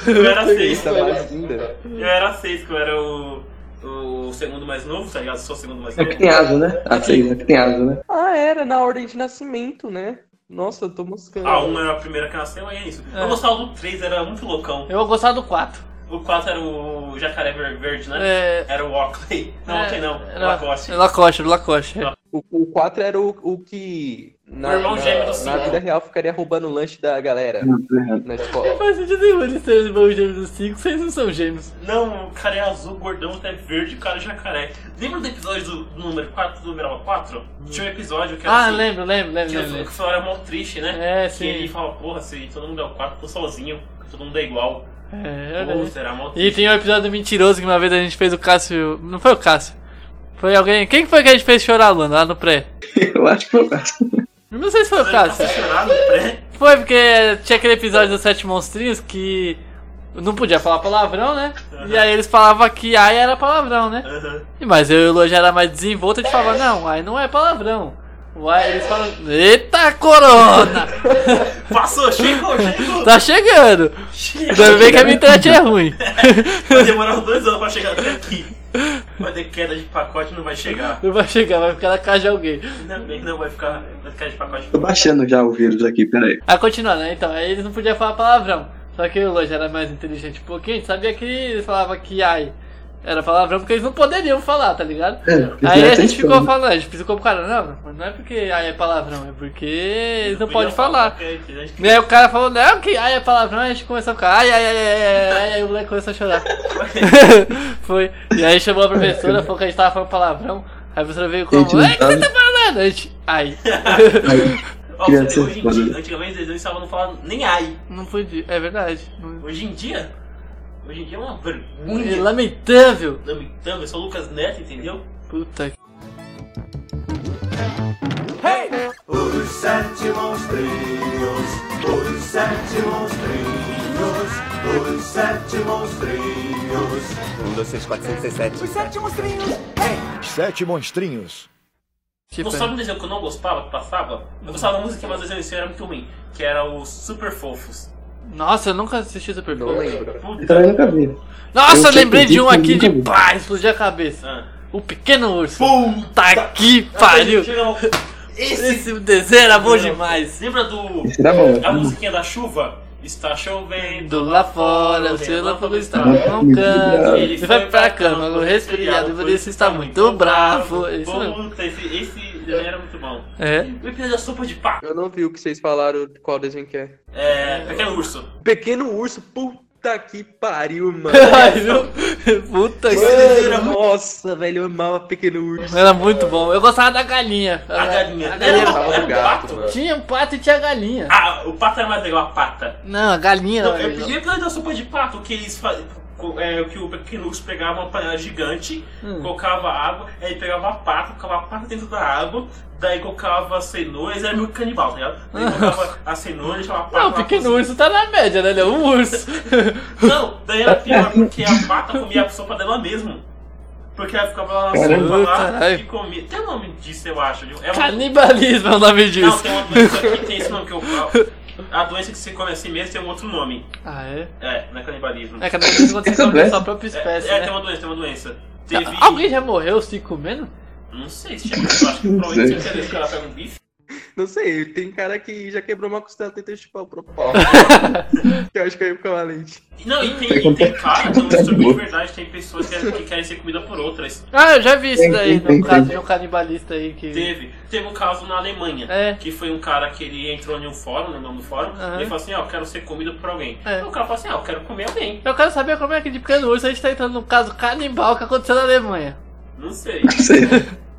A: eu era seis.
C: Tá mais linda.
A: Eu era seis, que eu era o, o segundo mais novo, tá ligado? Sou o segundo mais
D: É
A: novo.
D: que tem asa, né? A seis, é que tem asa, né? [LAUGHS]
C: Ah, era na ordem de nascimento, né? Nossa, eu tô moscando.
A: A 1 era a primeira que nasceu, é isso.
B: É.
A: Eu gostava do 3, era muito loucão.
B: Eu gostava do 4.
A: O 4 era o jacaré ver- verde, né?
B: É.
A: Era o Oakley. Não,
B: É,
A: Oakley não.
B: era-
A: Lacoste.
B: Lacoste, Lacoste.
C: O, o 4 era o, o que. Na,
A: O irmão
C: na-
A: gêmeo do
C: na
A: Simão.
C: vida real ficaria roubando o lanche da galera na
B: Não
C: escola.
B: faz sentido nenhum eles serem irmãos gêmeos dos 5, vocês não são gêmeos.
A: Não, o cara é azul, gordão, até verde, o cara é jacaré. Lembra do episódio do do número 4, do número 4? Tinha um episódio que era
B: Ah,
A: assim,
B: lembro, lembro, lembro,
A: que
B: lembro.
A: o
B: lembro.
A: Flora era mó triste, né?
B: É,
A: Que ele
B: sim.
A: fala, porra, se todo mundo é o 4, tô sozinho, todo mundo é igual.
B: É,
A: Ou
B: olha.
A: será mó
B: E
A: triste.
B: tem um episódio mentiroso que uma vez a gente fez o Cássio. Não foi o Cássio. Foi alguém. Quem que foi que a gente fez chorar, Luana, lá no pré?
D: Eu acho que foi o caso.
B: Eu Não sei se foi o Cássio.
A: Você chorava, né?
B: Foi porque tinha aquele episódio dos Sete Monstrinhos que. Não podia falar palavrão, né? E aí eles falavam que ai era palavrão, né?
A: Aham.
B: E Mas eu e o Lô já era mais desenvolto, a gente falava, não, ai não é palavrão. O ai eles falam, eita corona! [LAUGHS]
A: Passou, chegou, chegou.
B: Tá chegando! Ainda bem que a minha internet é ruim.
A: Vai demorar uns dois anos pra chegar até aqui. Vai ter queda de pacote não vai chegar.
B: Não vai chegar, vai ficar na casa de alguém.
A: Ainda bem que não vai ficar vai queda de pacote.
D: Tô baixando já o vírus aqui, peraí.
B: Aí continuando, né? Então, aí eles não podiam falar palavrão. Só que o Lô já era mais inteligente um pouquinho, a gente sabia que eles falavam que ai era palavrão porque eles não poderiam falar, tá ligado?
D: É, porque
B: Aí
D: tem
B: a gente
D: atenção,
B: ficou
D: né?
B: falando, a gente pisou pro cara, não, mas não é porque ai é palavrão, é porque eles não podem falar. E aí o cara falou, não, que ai é palavrão, aí a gente começou a ficar, ai, ai, ai, ai, ai, ai, aí o moleque começou a chorar. Foi. E aí chamou a professora, falou que a gente tava falando palavrão. Aí a professora veio com
D: Gente,
B: o
D: não
B: ai, o que você
D: sabe.
B: tá falando? A gente, ai,
D: Aí,
A: Nossa,
D: Criança
A: hoje em
D: foda.
A: dia, antigamente eles não estavam não falando nem ai.
B: não podia, é verdade. Não-
A: Hoje em dia, hoje em dia é uma
B: É
A: vergonha.
B: lamentável.
A: Lamentável, é só o Lucas Neto, entendeu?
B: Puta que.
F: Os sete monstrinhos, os sete monstrinhos, os sete monstrinhos.
H: Um, dois, três, quatro, cinco, seis, sete.
F: Os sete monstrinhos.
I: Sete monstrinhos.
B: Tipo,
A: Você sabe um desenho que eu não gostava, que passava? Eu gostava da música, mas o desenho em si era muito ruim. Que era o Super Fofos.
B: nossa, eu nunca assisti Super
C: Não
B: Bowl.
C: lembro.
D: então eu
A: Puta.
D: também nunca vi.
B: Nossa,
D: Eu sei
B: lembrei
D: que
B: de um
D: eu
B: aqui
D: nunca
B: de
D: vi.
B: pá, explodir a cabeça.
A: Ah.
B: O pequeno urso. Puta que pariu.
A: Chega, Esse
B: Esse desenho era bom demais.
A: Lembra do.
D: Esse era bom, esse
A: A
D: era bom.
A: musiquinha da chuva? Está chovendo.
B: Do lá fora, o seu lâmpago está roncando.
D: Ele
B: Ele vai pra cama, o resfriado, por isso está muito bravo. É Isso mesmo.
A: Puta, esse, esse desenho era muito bom.
B: É.
A: O episódio da sopa de pá.
C: Eu não vi o que vocês falaram, de qual desenho que é.
A: É. Pequeno urso.
C: Pequeno urso, puta que pariu, mano. [LAUGHS]
B: Ai, viu? [LAUGHS] Puta que.
C: Mano, nossa, velho, eu amava Pequeno Urso.
B: Era muito bom. Eu gostava da galinha.
A: A galinha.
B: É, A
A: Era,
B: galinha.
A: uma- era um pato.
B: Tinha um pato e tinha galinha.
A: Ah, o pato era mais legal, a pata.
B: Não, a galinha. né?
A: Não,
B: era
A: eu
B: legal.
A: pedi o episódio da sopa de pato, que eles faziam. É, que o pequeno urso pegava uma panela gigante,
B: Hum.
A: colocava água, aí pegava a pata, colocava a pata dentro da água, daí colocava cenouras, era meio canibal, tá ligado? Daí colocava a cenoura, deixava a pata.
B: Não, o
A: lá
B: pequeno urso tá na média, né? Ele é um urso.
A: [LAUGHS] Não, daí era pior porque a pata comia a sopa dela mesmo. Porque ela ficava lá na
B: Caramba,
A: sopa lá
B: caralho.
A: e comia. Tem o nome disso, eu acho. viu? É uma...
B: Canibalismo é o nome
A: Não,
B: disso.
A: tem uma doença que tem esse nome que eu falo. A doença que você come assim mesmo tem um outro nome.
B: Ah, é?
A: É, não é canibalismo.
B: É, canibalismo quando você
D: Essa
B: come a
D: doença.
B: sua própria
A: É,
B: espécie,
A: é,
B: né? Tá.
A: tem uma doença, tem um uma doença. Teve.
B: Alguém já morreu se comendo?
A: Não sei se tinha. Eu acho que provavelmente tinha certeza que ela pega um bife.
C: Não sei, tem cara que já quebrou uma costela tentando chupar o próprio [LAUGHS] pau. que eu acho que é eu ia ficar valente.
A: E Não, e tem, e tem cara, tem um distúrbio de verdade, tem pessoas que, que querem ser comida por outras.
B: Ah, eu já vi isso
D: Tem,
B: daí,
D: tem, tem,
B: no caso
D: tem.
B: de um canibalista aí que.
A: Teve. Teve um caso na Alemanha.
B: É.
A: Que foi um cara que ele entrou em um fórum, no nome do fórum,
B: Aham.
A: e ele falou assim, ó, eu quero ser comido por alguém.
B: É.
A: Aí o cara falou assim, ó, eu quero comer alguém.
B: Eu quero saber como é que de pequeno urso a gente tá entrando num caso canibal que aconteceu na Alemanha.
A: Não sei.
D: Não sei.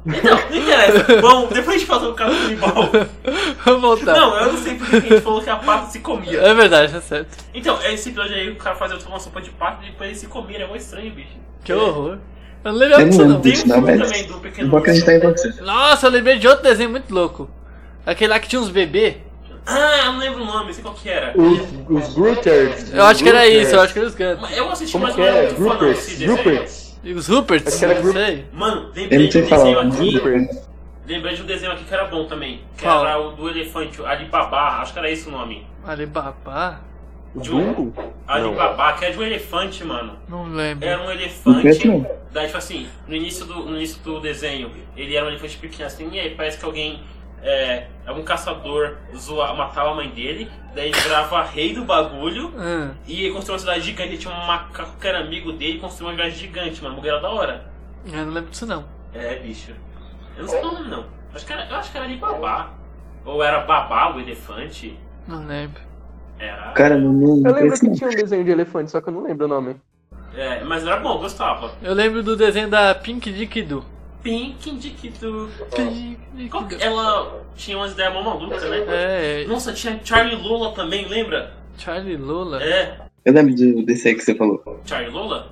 A: Então, não interessa. Vamos, depois a gente fala sobre o caso canibal.
B: [LAUGHS] Vamos voltar.
A: Não, eu não sei porque a gente falou que a pata se comia.
B: É verdade, tá certo.
A: Então, esse episódio aí, o cara fazia tomar uma sopa de pata e depois ele se comia. Ele é muito estranho, bicho.
B: Que horror. Eu não lembrava disso, não.
A: Tem um
D: Não,
A: filme
D: mas-
A: também do Pequeno
D: Não vou acreditar tá em você.
B: Nossa, eu lembrei de outro desenho muito louco. Aquele lá que tinha uns bebês.
A: Ah, eu não lembro o nome, sei qual que era.
C: Os, os Grooters.
B: Eu acho que era isso,
D: é.
B: eu acho que era os Guts.
A: Mas Eu assisti,
C: Como
A: mas
C: que
A: não era
C: é?
A: muito fã não,
C: Groupers.
A: desse desenho.
C: Groupers.
B: E os Ruperts,
C: Acho que era
B: não
C: grupo-
B: sei.
A: Mano,
D: Eu
A: lembrei
D: não
A: de um
D: sei falar.
A: desenho aqui.
D: Groupers.
A: Lembrei de um desenho aqui que era bom também. Que
B: Qual?
A: era o do elefante, o Alibaba, acho que era esse o nome.
B: Alibaba?
C: Os Dumbo?
A: Alibaba, que era de um elefante, mano.
B: Não lembro.
A: Era um
D: Não
A: elefante.
D: conheço,
A: Daí, tipo assim, no início do, no início do desenho, ele era um elefante pequeno assim, e aí parece que alguém. É, algum caçador zoa, matava a mãe dele, daí ele virava rei do bagulho
B: Ah,
A: e ele construiu uma cidade gigante. Tinha um macaco que era amigo dele, construiu uma viagem gigante, mano. Mulher da hora.
B: eu não lembro disso não.
A: É, bicho. Eu não sei o nome, não. Acho que era, eu acho que era de babá. Ou era babá o elefante.
B: Não lembro.
A: Era.
D: Cara, não, não,
C: Eu lembro
D: esse
C: que
D: não.
C: tinha um desenho de elefante, só que eu não lembro o nome.
A: É, mas era bom, eu gostava.
B: Eu lembro do desenho da Pink Dick Do.
A: Pink Dikitu.
B: Pink Dick
A: Qual
B: Do.
A: que- Ela tinha umas ideias mó malucas, né?
B: É,
A: Nossa, tinha Charlie Lola também, lembra?
B: Charlie Lola.
A: É,
D: Eu lembro do, desse aí que você falou.
A: Charlie Lola?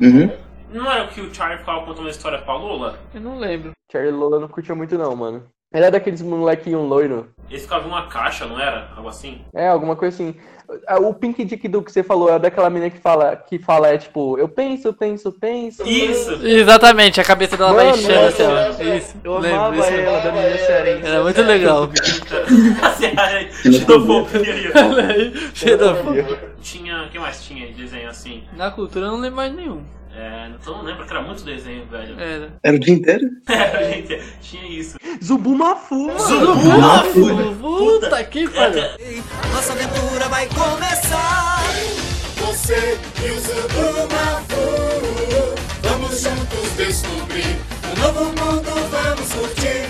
D: Uhum.
A: Não era o que o Charlie ficava contando uma história pra Lola?
B: Eu não lembro.
C: Charlie Lola não curtia muito não, mano. Ele era daqueles molequinho loiro.
A: Ele ficava numa caixa, não era? Algo assim?
C: É, alguma coisa assim. Ah, O Pink Dick do que você falou é daquela menina que fala, que fala, é tipo, eu penso, penso, penso.
A: Isso!
B: Exatamente, a cabeça dela vai
C: Mano,
B: enchendo assim, ó.
C: eu-
B: Isso,
C: Eu amava
B: lembro. Isso,
C: ela, da menina cearense.
B: Era muito
C: [LAUGHS]
B: legal.
A: Xenofobia aí, ó.
B: Xenofobia.
A: Tinha. O que mais tinha de desenho assim?
B: Na cultura eu não lembro mais nenhum.
A: É, então não lembro que era muito desenho, velho.
B: Era.
D: Era o dia inteiro?
A: É, [LAUGHS] gente, tinha isso.
C: Zubumafu, mano.
B: Puta que pariu.
F: Nossa aventura vai começar. Você e o Zubumafu. Tá Vamos juntos descobrir. Um novo mundo vamos curtir.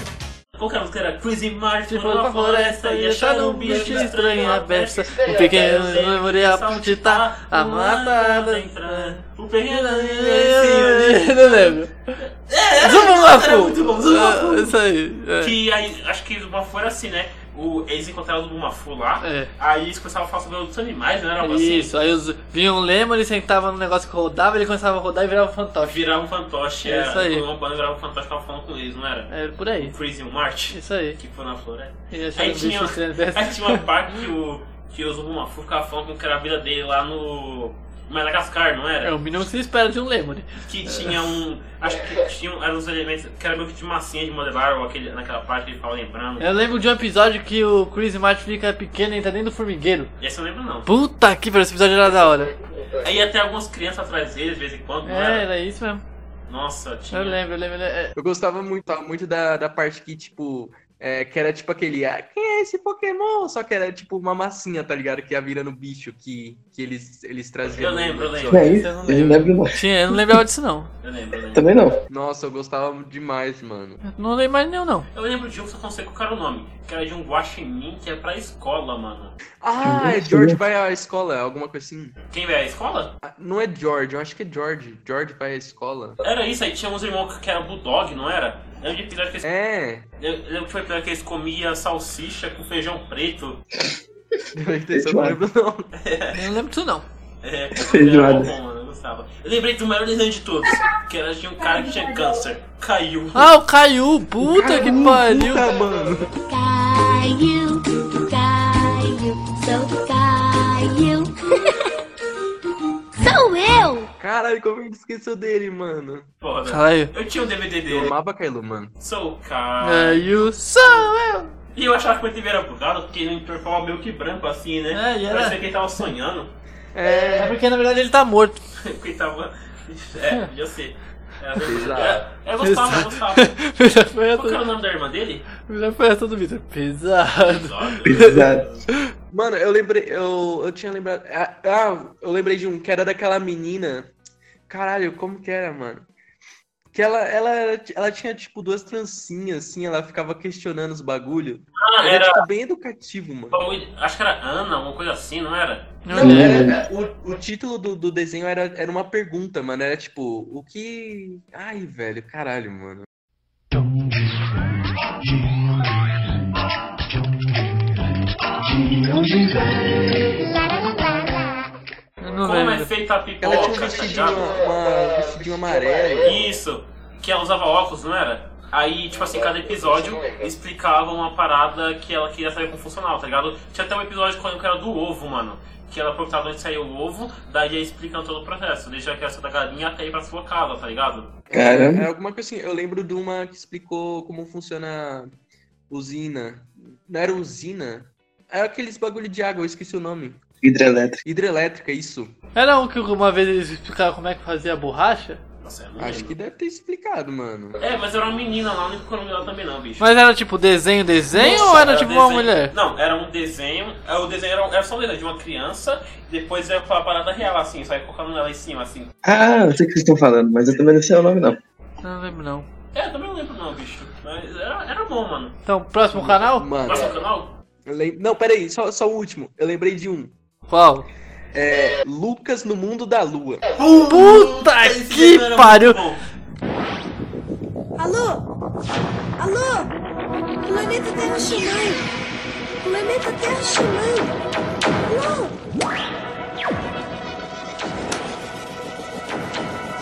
A: Qual que era a música? Era Crazy March,
B: Se
A: foi
B: for pra
A: uma
B: floresta e achar um bicho estranho tá a beça, um pequeno
A: um
B: memoria a pontitar, a mata da entrada.
A: O assim, né? pequeno
B: Não lembro.
A: Era
B: Zubumafu!
A: muito bom, Zubumafu.
B: Ah, Isso aí. é.
A: Que aí, acho que o Mafu era assim, né? O, eles encontraram o Mafu lá,
B: É.
A: aí eles começavam a falar sobre outros animais, não era algo assim?
B: Isso, aí os, vinha um lema, ele sentava no negócio que rodava, ele começava a rodar e virava um fantoche.
A: Virava um fantoche,
B: É
A: era,
B: isso aí.
A: quando uma banda virava um fantoche, ficava falando com eles, não era?
B: É por aí.
A: Crazy March,
B: Isso aí.
A: que foi na floresta.
B: E
A: Aí
B: acharam um
A: tinha-
B: bicho estranho dessa.
A: Aí tinha uma parte que o, que o Zubumafu ficava falando como que era a vida dele lá no Madagascar, não
B: É
A: era?
B: o mínimo que se espera de um lemure.
A: Que tinha um. Acho que tinha, eram uns elementos que era meio que de massinha de modelar, ou aquele, naquela parte que ele ficava lembrando.
B: Eu lembro de um episódio que o Chris Martin fica pequeno e entra dentro do formigueiro.
A: Esse eu lembro não.
B: Puta que pariu, esse episódio era da hora.
A: Aí ia ter algumas crianças atrás dele de vez em quando, não
B: É,
A: era?
B: era isso mesmo.
A: Nossa, tinha.
B: Eu lembro, eu lembro. é-
C: Eu gostava muito, muito da, da parte que, tipo, é, que era tipo aquele, ah, quem é esse Pokémon? Só que era tipo uma massinha, tá ligado? Que ia virando bicho que, que eles, eles traziam.
A: Eu lembro, eu lembro,
D: Não é isso?
B: Eu não
D: Eu não lembro, não.
B: Tinha, eu não lembrava disso não.
A: eu lembro, eu lembro.
D: Também não.
C: Nossa, eu gostava demais, mano.
B: Eu Não lembro mais nenhum não.
A: Eu lembro de um, só que eu não sei qual era o nome. Que era de um guaxinim que é pra escola, mano.
C: Ah, é George vai à escola, alguma coisa assim.
A: Quem vai à escola?
C: Ah, Não é George, eu acho que é George. George vai à escola.
A: Era isso, aí tinha uns irmãos que era Bulldog, não era? Lembro de episódio que eles
C: É,
A: Eu eu lembro que foi aquela que eles comiam salsicha com feijão preto.
C: eu não lembro não.
B: Eu não lembro disso não.
A: É,
D: Feijoada.
A: era bom, mano, eu gostava. Eu lembrei do maior desenho de todos, que era de um cara que tinha câncer. Caiu.
B: Ah, o Caiu, puta que pariu.
C: Puta, mano.
E: Caiu, caiu, sou caiu. [LAUGHS] Sou eu!
C: Caralho, como a gente esqueceu dele, mano.
A: Foda.
B: Caiu.
A: Eu tinha um DVD
C: Eu
A: dele.
C: amava Kylo, mano.
A: Sou cara.
B: Caiu, sou eu.
A: E eu achava que o TV era bugado, porque ele entortava meio que branco assim, né?
B: É, e era-
A: Parecia que ele tava sonhando. [LAUGHS]
B: É porque na verdade ele tá morto. [LAUGHS]
A: porque ele tava. É, eu sei. Era bem-
C: Exato.
A: Era- Eu gostava, eu
B: [LAUGHS]
A: gostava.
B: Já foi
A: Qual que era o
B: essa,
A: nome da irmã dele?
B: já foi essa do Vitor. Pesado.
A: Exato.
D: Pesado.
C: Mano, eu lembrei, eu, eu tinha lembrado. ah, Ah, eu lembrei de um que era daquela menina. Caralho, como que era, mano? Que ela, ela, era- ela tinha, tipo, duas trancinhas, assim, ela ficava questionando os bagulho.
A: Ah, era.
C: Era, tipo, bem educativo, mano.
A: Acho que era Ana, alguma coisa assim, não era?
B: Não
C: É.
D: Não,
B: lembro.
C: Era- o, o título do, do desenho era, era uma pergunta, mano. Era tipo, o que. Ai, velho, caralho, mano.
B: Tum,
A: Então julgai. Como é feita a pipoca?
C: Ela tinha um vestidinho, tá uma, vestidinho amarelo.
A: Isso, que ela usava óculos, não era? Aí, tipo assim, cada episódio explicava uma parada que ela queria saber como funcionava, tá ligado? Tinha até um episódio quando era do ovo, mano. Que ela perguntava de onde saiu o ovo, daí ia explicando todo o processo, desde a criação da galinha até ir pra sua casa, tá ligado?
C: Caramba. É, alguma coisa assim, eu lembro de uma que explicou como funciona usina. Não era usina? Era aqueles bagulho de água, eu esqueci o nome.
D: Hidrelétrica.
C: Hidrelétrica, isso.
B: Era um que uma vez eles explicaram como é que fazia a borracha?
A: Nossa,
C: Acho que deve ter explicado, mano.
A: É, mas era uma menina lá, não lembro qual é nome dela também não, bicho.
B: Mas era tipo desenho, desenho
A: Nossa,
B: ou era, tipo uma
A: desenho-
B: mulher?
A: Não, era um desenho. é, O desenho era, era só um desenho de uma criança, depois era uma parada real, assim, só ia colocando ela em cima, assim.
D: Ah, eu sei o que vocês estão falando, mas eu também não sei o nome, não.
B: Não lembro não.
A: É, eu também não lembro não, bicho. Mas era, era bom, mano.
B: Então, próximo canal?
C: Mano,
A: Próximo canal?
C: eu lem... não, peraí, só, só o último. Eu lembrei de um.
B: Qual?
C: É, Lucas no Mundo da Lua.
B: Puta
A: Esse
B: que
A: desenho era
B: pariu!
A: muito bom.
E: Alô? Alô? Planeta Terra chamando. Planeta Terra chamando. Alô?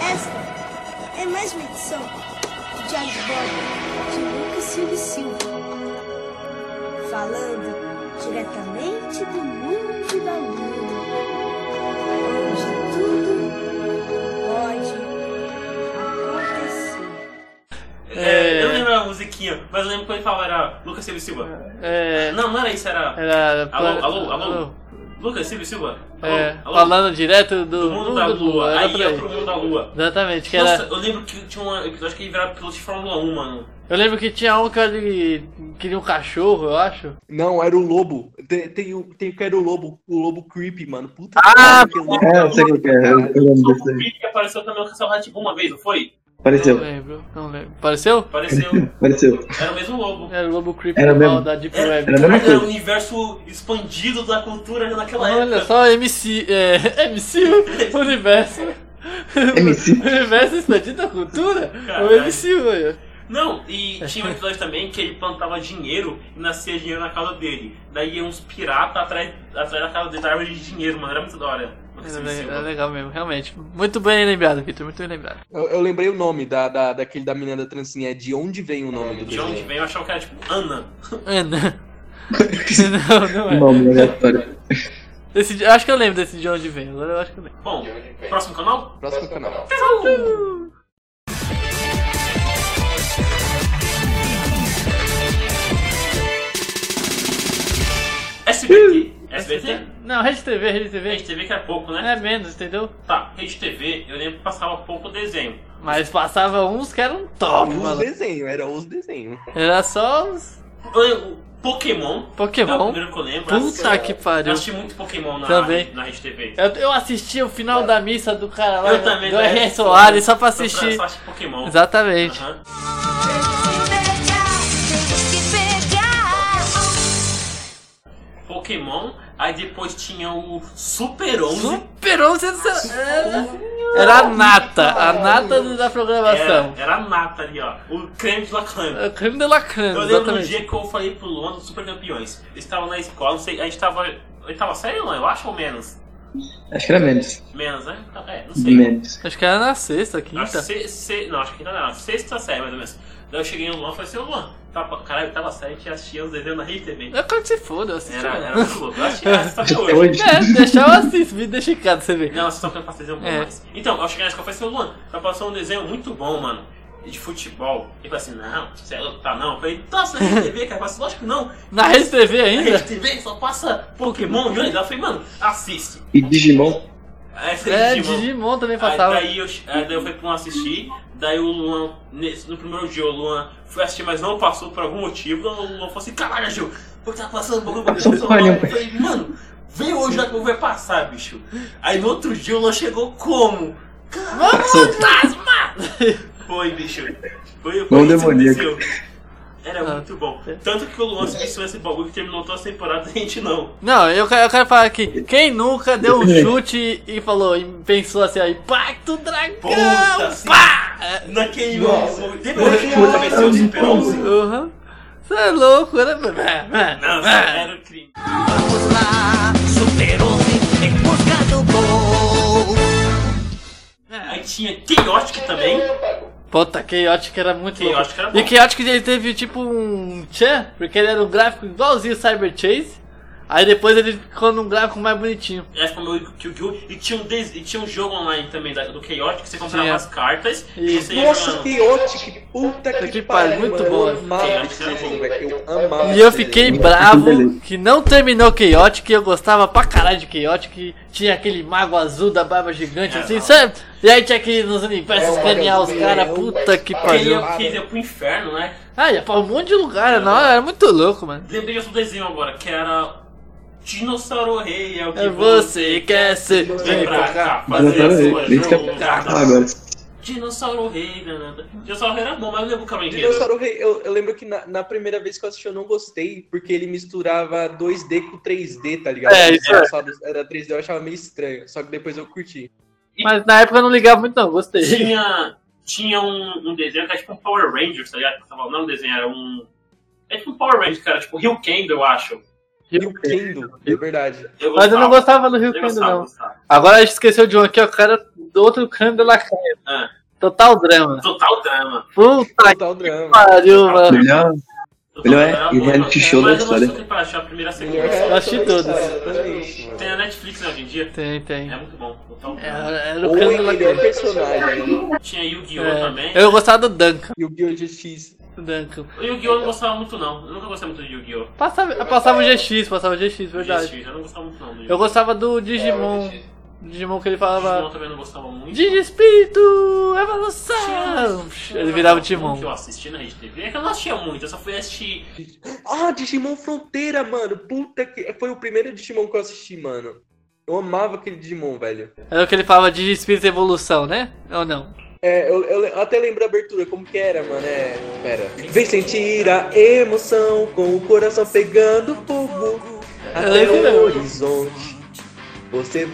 E: Essa é mais uma edição de Diário de Bordo de Lucas Silva e Silva. Falando diretamente do mundo da lua. Onde tudo pode acontecer.
A: É,
B: É.
A: Eu não lembro a musiquinha, mas eu lembro quando ele falava era Lucas Silva e Silva.
B: É.
A: Não, não era isso, era.
B: Era.
A: Alô, alô, alô. Lucas Silva e Silva. Alô,
B: É,
A: alô.
B: falando direto do,
A: do mundo da lua.
B: era
A: Aí
B: por
A: ia
B: aí.
A: pro mundo da lua.
B: Exatamente, que
A: Nossa,
B: era.
A: eu lembro que tinha um episódio que ele virava piloto de Fórmula 1, mano.
B: Eu lembro que tinha um que ele queria um cachorro, eu acho.
C: Não, era o Lobo. Tem, tem, o- tem o que era o Lobo, o Lobo Creepy, mano. Puta
B: Ah,
C: que pariu,
D: É, eu sei o que é, eu, eu lembro
A: Só
D: disso
A: que o
D: aí.
A: vídeo que apareceu também no Castelo Ratibu uma vez, não foi?
B: Não
D: Pareceu,
B: lembro, não lembro. Pareceu?
A: Apareceu.
D: pareceu.
A: Era o mesmo lobo.
B: Era o Lobo Creepy
D: Era
B: normal
D: mesmo.
B: da Deep
A: Era,
B: Web.
D: Era É a mesma
A: cara, era
D: coisa.
A: o universo expandido da cultura naquela
B: Olha
A: época.
B: só, MC. É, [LAUGHS] MC
D: [LAUGHS]
B: Universo.
D: MC.
B: Universo expandido da cultura? O
A: Caralho.
B: MC, velho.
A: Não, e tinha um episódio também que ele plantava dinheiro e nascia dinheiro na casa dele. Daí ia uns piratas atrás, atrás da casa dele, da árvore de dinheiro, mano. Era muito da hora. assim, Lucas
B: Era,
A: Silva e
B: le-
A: Silva.
B: era legal mesmo, realmente. Muito bem lembrado, Vitor, muito bem lembrado.
D: [LAUGHS]
C: Eu, eu lembrei o nome da, da, daquele da menina da trancinha. É de onde vem o nome do
A: De onde
C: desenho?
A: vem? Eu achava que era tipo Ana.
B: É, não. não, não é.
D: Nome aleatório.
B: Esse dia- acho que eu lembro desse de onde vem, agora eu acho que eu lembro.
A: Bom, próximo canal?
C: Próximo canal.
A: SBT. SBT?
B: Não, Rede TV, Rede TV.
A: É, Rede TV que é pouco, né?
B: É menos, entendeu?
A: Tá, Rede TV, eu lembro que passava pouco desenho.
B: Mas passava uns que eram top,
C: Os
B: mano.
C: desenhos, era os desenhos.
B: Era só uns
A: Eu lembro- Pokémon. É o
B: Pokémon.
A: primeiro que eu lembro.
B: Puta que
A: né? Eu
B: pariu.
A: assisti muito Pokémon na,
B: Também.
A: na Rede TV.
B: Eu, eu assisti o final da missa do cara lá,
A: Eu também,
B: do
A: né?
B: R.R. Soares, só pra
A: Só um.
B: assistir.
A: pra assistir Pokémon.
B: Exatamente.
A: Aham. Pokémon, aí depois tinha o Super 11.
B: Super 11 era, era a nata, a nata do- da
A: Era,
B: programação.
A: era a nata ali, ó. O creme de la creme.
B: É o Creme de la creme,
A: Eu lembro do
B: exatamente.
A: dia que eu falei pro Luan dos Super Campeões. Eu estava na escola, não sei, a gente tava. Eu tava sério, Luan? Eu acho ou menos?
D: Acho que era menos.
A: Menos, né? Então, É, não sei.
D: Menos.
B: Acho que era na sexta,
A: Acho
B: quinta.
A: se, se, não, acho que ainda não, sexta série mais ou menos. Daí eu cheguei no Luan e falei assim, ô Luan, tava, caralho, tava sério, a gente assistia os desenhos na Rede TV.
B: Eu É quando se foda, eu assisti.
A: Era,
B: mesmo.
A: era muito louco. Eu achei essa
D: [LAUGHS]
A: até
D: Até
A: hoje.
D: hoje.
B: É, se deixar eu assisto, me deixa em casa, você vê.
A: Não, vocês estão querendo fazer um pouco
B: É.
A: mais. Então, eu cheguei na escola e falei assim, Luan, tá passando um desenho muito bom, mano. De futebol. Ele falou assim, não, você é louco, tá não. Eu falei, nossa, na Rede TV, cara. Eu falei assim, lógico que não.
B: Na Rede TV
A: Na
B: ainda?
A: Rede TV só passa Pokémon e olha. Eu falei, mano, assiste.
D: E Digimon.
A: Aí eu falei,
B: É,
A: Digimon. tá
B: Digimon também
A: Aí,
B: passava.
A: daí, eu, aí daí eu fui pra um assistir, daí o Luan, nesse- no primeiro dia, o Luan foi assistir, mas não passou por algum motivo. O Luan falou assim: caralho, Gil, por que tá passando por algum
D: Passou
A: motivo?
D: porra
A: Eu
D: nenhuma.
A: falei, mano, vem hoje que vai passar, bicho. Aí no outro dia o Luan chegou como? Foi, bicho. Foi, foi
D: Mão
A: isso que
D: demoníaca.
A: aconteceu. Era
B: Ah.
A: muito bom. Tanto que o Luan se viciou nesse bagulho que terminou toda a temporada e a gente não.
B: Não, eu quero, eu quero falar aqui. Quem nunca deu um chute e falou, e pensou assim, ó, Impacto Dragão!
A: Puta, é sim.
B: pá!
A: Naquele
D: Nossa.
A: momento. Depois que eu
D: Puta,
A: comecei o
D: que
A: Super 11.
B: Uhum. Você é louco, né?
A: Nossa, era o crime.
J: Você
F: vamos lá, Super 11 em busca do gol.
A: É, Aí tinha Chaotic também.
B: Puta, Chaotic era muito
A: Chaotic
B: louco.
A: era bom.
B: E Chaotic ele teve tipo um tchan, porque ele era um gráfico igualzinho ao Cyber Chase. Aí depois ele ficou num gráfico mais bonitinho.
A: Essa foi meu Yu-Gi-Oh! E tinha, um des... e tinha um jogo online também da- do Chaotic que você comprava
B: Tinha.
A: as cartas e
B: Isso.
A: você ia
C: Nossa,
A: jogando.
C: Chaotic, puta que,
B: que
C: pariu,
B: pariu, muito
C: mano,
B: boa.
C: Eu amava
A: Chaotic
C: esse
A: era bom.
C: desenho, velho. Eu amava.
B: E eu
C: esse
B: fiquei
C: desenho.
B: bravo que não terminou Chaotic, eu gostava pra caralho de Chaotic, tinha aquele mago azul da barba gigante,
A: É,
B: assim,
A: não.
B: sabe? E aí tinha que ir nos universos
D: É,
B: escanear os
D: eu-
B: caras,
D: eu-
B: puta que
D: eu-
A: Ele
B: pariu.
A: ia, que ele ia pro inferno, né?
B: Ah, ia pra um monte de lugar, não, era muito louco, mano.
A: Lembrei de outro desenho agora, que era Dinossauro Rei, é o que
B: É você quer ser.
A: Vem pra cá, fazer
K: Dinossauro
A: as
K: Rei.
A: suas
K: Vem pra Ah,
A: jogadas.
K: agora.
A: Dinossauro Rei, né? Dinossauro Rei era bom, mas eu lembro o Kamen Rider.
C: Dinossauro Rei, eu, eu lembro que na, na primeira vez que eu assisti eu não gostei, porque ele misturava 2D com 3D, tá ligado?
B: É, isso é.
C: Dinossauros Era 3D, eu achava meio estranho, só que depois eu curti.
B: Mas na época eu não ligava muito, não, gostei.
A: Tinha, tinha um, um desenho que era tipo um Power Rangers, tá ligado? Tava- Não um desenho, era um... É tipo um Power Rangers, cara, tipo Rio Kendo, eu acho.
C: E o Kendo, de verdade.
B: Mas eu não gostava do Rio
A: Eu
B: Kendo,
A: gostava,
B: não.
A: gostava.
B: [LAUGHS] Agora a gente esqueceu de um aqui, ó, o cara do outro canto da lacraia.
A: Ah.
B: Total drama.
A: Total drama.
B: Puta que
C: Total drama.
B: pariu, mano.
K: Melhor.
A: Total
K: Melhor é
A: drama,
K: reality
A: mano.
K: show da
A: Mas eu não
K: história.
A: sei pra achar a primeira segunda.
B: Eu assisti todos.
C: Exatamente, é mano.
A: Tem a Netflix né, hoje em dia.
B: Tem, tem.
A: É né? muito bom. Total
B: É,
A: drama.
B: Era o
C: Ou
B: canto da
C: o
B: lacraia.
C: melhor personagem, né?
A: Tinha Yu-Gi-Oh! também.
B: É, Eu gostava do Duncan.
C: E o Guild X.
B: Duncan.
A: O Yu-Gi-Oh! eu não gostava muito, não. Eu nunca gostei muito do Yu-Gi-Oh!
B: Passava, passava o GX, passava o GX, verdade.
A: Eu não gostava muito, não. do
B: Eu
A: Yu-Gi-Oh!
B: gostava do
A: É,
B: Digimon. Digimon que ele
A: Digimon
B: falava.
A: também não gostava muito.
B: Digespírito! Evolução!
A: um
B: Ele virava o Timon.
A: que eu assisti na Rede TV é que eu não assistia muito, eu só fui assistir.
C: Ah, Digimon Fronteira, mano. Puta que. Foi o primeiro Digimon que eu assisti, mano. Eu amava aquele Digimon, velho.
B: Era o que ele falava Digespírito Evolução, né? Ou não?
C: É, eu, eu até lembro a abertura, como que era, mano. É. Pera. Vem sentir a emoção com o coração pegando fogo até
B: Eu lembro
C: o
B: mesmo.
C: horizonte. Você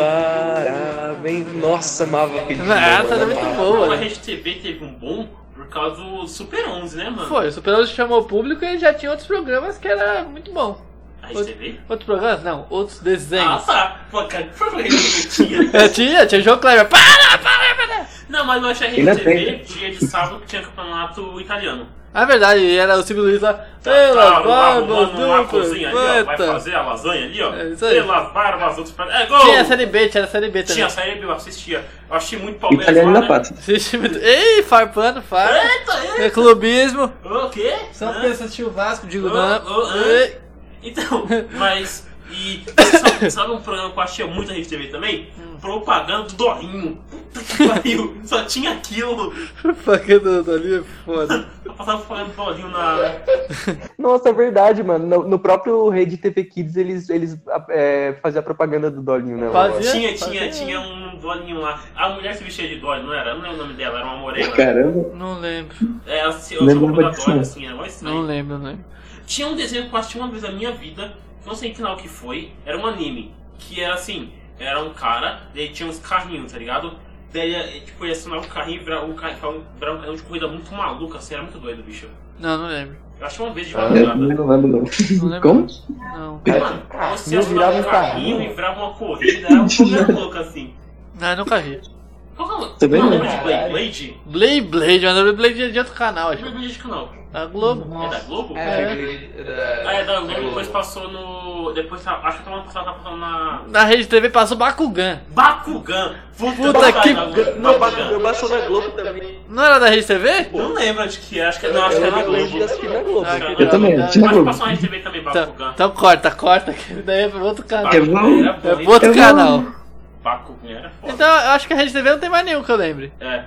C: voará bem. Nossa, amava aquele Digimon.
B: Nossa, Ah, era
C: mano,
B: muito
C: amava.
B: boa,
A: Como a
B: né?
A: Rede TV teve um bom por causa do Super 11, né, mano?
B: Foi, o Super 11 chamou o público e já tinha outros programas que era muito bom.
A: A Rede TV?
B: Outros programas? Não, outros
A: Ah,
B: desenhos.
A: tá. Pô, cara, por favor, Rede TV tinha.
B: [LAUGHS] É, tinha, tinha jogo Clever. Pá!
A: Não, mas eu achei a Rede
K: Ainda
A: TV dia de sábado que tinha campeonato
B: [LAUGHS]
A: italiano.
B: Ah, é verdade, e era o Silvio Luiz lá.
A: tá,
B: Pelas barbas
A: arrumando uma
B: do
A: cozinha ali, ó. Vai
B: profeta.
A: fazer a lasanha ali, ó.
B: É isso aí.
A: Pelas barbas, outros. pra- É gol!
B: Tinha né? a série B, tinha a série B também.
A: Tinha a série, eu assistia. Eu achei muito Palmeiras.
K: Italiano
A: lá, né?
K: da pata.
B: Assiste muito- Ei, farpando, farpa.
A: Eita,
B: É clubismo.
A: é. O quê?
B: Só
A: Hã?
B: porque você assistiu o Vasco, digo
A: Ah,
B: não.
A: ah, ah.
B: Ei, [LAUGHS]
A: Então, mas. E sabe, sabe um programa que eu achei muito na Rede TV também?
B: Hum.
A: Propaganda do Dorinho. Puta que pariu! Só tinha aquilo.
B: Propaganda do ali é foda.
A: Eu passava propaganda do Dorinho na.
C: Nossa, é verdade, mano. No, no próprio Rede TV Kids, eles, eles é, faziam a propaganda do Dolinho, né?
B: Fazia.
A: Tinha,
B: Fazia.
A: tinha, tinha um Dorinho lá. A mulher se vestia de Dorinho, não era? Eu não lembro o nome dela, era uma morena.
K: Caramba.
B: Não lembro,
A: É, assim, eu
K: Lembrava
A: sou da
K: disso,
A: Dorinho,
K: não.
A: assim, era mais
B: não
A: estranho.
B: lembro, não lembro.
A: Tinha um desenho que eu assisti uma vez na minha vida, não sei que canal que foi, era um anime, que era assim, era um cara, daí tinha uns carrinhos, tá ligado? Daí ele, tipo, ele acionava o carrinho e virava um carrinho, virava um carrinho de corrida muito maluco, assim, era muito doido, bicho.
B: Não, não lembro.
A: Eu achei uma vez de
K: Eu
D: é
A: madrugada.
K: não lembro, não.
B: Não lembro.
K: Como?
B: Não.
A: Mano, você acionava
C: Não, virava
A: um
C: um
A: carrinho
C: carrinho.
A: e virava uma corrida, era um pouco louco, assim.
B: Não, eu nunca vi.
A: Qual que é o nome?
K: Também
A: Não,
K: não.
A: lembra de Blade?
B: Blade Blade, mas Blade Blade é de outro canal,
A: Blade?
B: acho.
A: Blade de canal.
B: Da Globo.
A: É da Globo?
C: É, aquele-
A: Ah, é da Globo, depois passou no... Depois, tá- acho que tava passando tava passando na...
B: Na rede TV passou Bakugan.
A: Bakugan.
B: Puta que-
C: Não, é
A: Bakugan.
C: eu passo na Globo também.
B: Não era da rede TV?
A: Não lembro de que, acho que não, acho
C: Eu
A: que é na
C: lembro
A: Globo.
C: de assistir na Globo.
B: Ah,
K: Eu também,
B: Não,
K: tinha
A: Mas
K: Globo.
A: passou na TV também,
B: Então,
A: Bakugan.
B: então corta, corta, que daí é pro outro canal.
K: Eu vou-
A: Era
B: É
A: bom,
B: pro outro
K: Eu não-
B: canal.
A: hein? Bakugan era foda.
B: Então, eu acho que a Rede TV não tem mais nenhum que eu lembre.
A: É.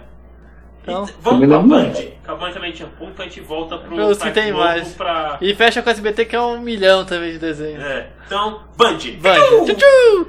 B: Então,
A: E- vamos pra
K: Também não.
A: Band. Com A Band também tinha um pouco, então a gente volta pro
B: Pelos que
A: pra
B: tem
A: Globo,
B: mais.
A: pra-
B: E fecha com SBT que é um milhão também de desenho.
A: É. Então, Band.
B: Vai. Tchutchu!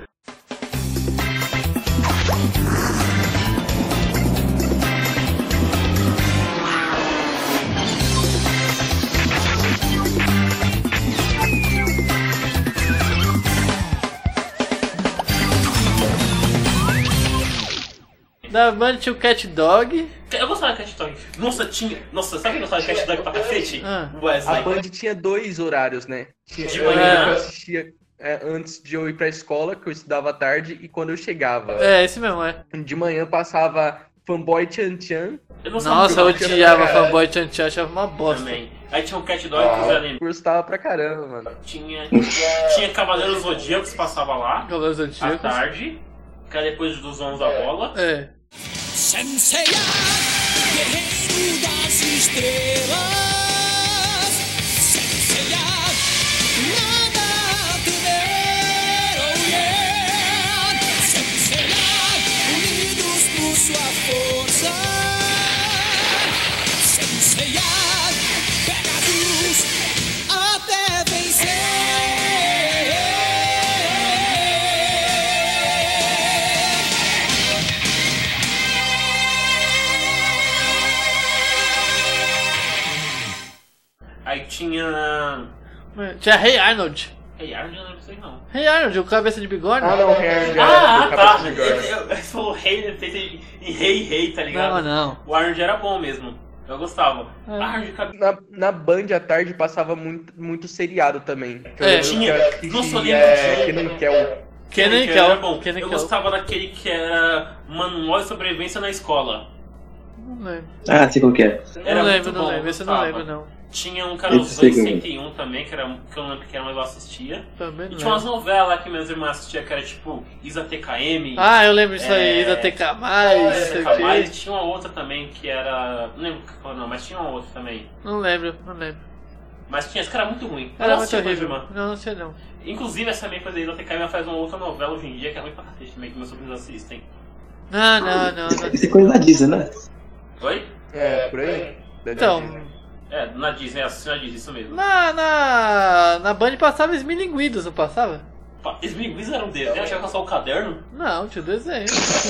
B: Da Band tinha o Cat Dog.
A: Eu gostava de Cat Dog. Nossa, tinha... Nossa, sabe que eu gostava de Cat Dog pra cacete?
B: Ah.
A: Wesley.
C: A Band tinha dois horários, né? Tinha,
A: De
C: eu
A: manhã.
C: lembro que eu assistia é, antes de eu ir pra escola, que eu estudava à tarde, e quando eu chegava.
B: É, esse mesmo, é.
C: De manhã passava Fanboy Chan Chan.
B: Eu Nossa, eu
A: é.
B: odiava Fanboy Chan Chan, achava uma bosta. Também.
A: Aí tinha o um Cat Dog ah, que
C: era Gostava pra caramba, mano.
A: Tinha, tinha Cavaleiros Zodíacos passava lá.
B: Cavaleiros Zodíacos.
A: À tarde. Que era depois dos 11 da é. bola.
B: É. Sensei, guerreiro das estrelas. Sensei, nada a temer, oh yeah. Sensei, unidos por sua força. Sensei, pega a luz até vencer.
A: Aí tinha.
B: Tinha Rei hey Arnold.
A: Rei hey Arnold eu não sei não.
B: Rei hey Arnold, o cabeça de bigorna?
C: Ah, não, Rei Arnold.
A: Ah, ah tá. Você falou Rei, eu pensei em Rei Rei, tá ligado?
B: Não, Ah. não.
A: O Arnold era bom mesmo. Eu gostava. É. Arnold,
C: cab... na, na Band à tarde passava muito, muito seriado também.
A: é, tinha. Que, Nossa, eu lembro
C: é, que não quer o.
B: Kenan Kel. Era bom.
A: Kenan eu gostava daquele que era Manual de Sobrevivência na Escola.
B: Não lembro.
D: Ah, sei qual que é.
B: Não lembro, não lembro. Esse eu não lembro, não.
A: Tinha um canal dos anos 101 também, que, era, que eu não lembro que era, mas eu assistia.
B: Também não.
A: E tinha umas novelas que minhas irmãs assistiam, que era tipo Isa TKM.
B: Ah, eu lembro disso
A: É.
B: aí, Isa TK+. Mais,
A: Isa TK+, mais. tinha uma outra também que era... Não lembro qual não, mas tinha uma outra também.
B: Não lembro, não lembro.
A: Mas tinha, esse cara era muito ruim.
B: Era muito horrível. Não, não sei não.
A: Inclusive, essa minha coisa da Isa TKM, ela faz uma outra novela hoje em dia, que é ruim pra cacete também, que meus sobrinhos assistem.
B: Não, não,
A: [LAUGHS]
B: não. não.
D: Isso é coisa da Disney, né?
A: Oi?
C: É, por aí.
B: Então...
A: É, na Disney, assim na Disney, isso mesmo.
B: Na, na, na Band passava Esmilinguidos, não passava?
A: Esmilinguidos era um desenho? Eu achava só o caderno?
B: Não,
A: [LAUGHS]
B: tinha o desenho.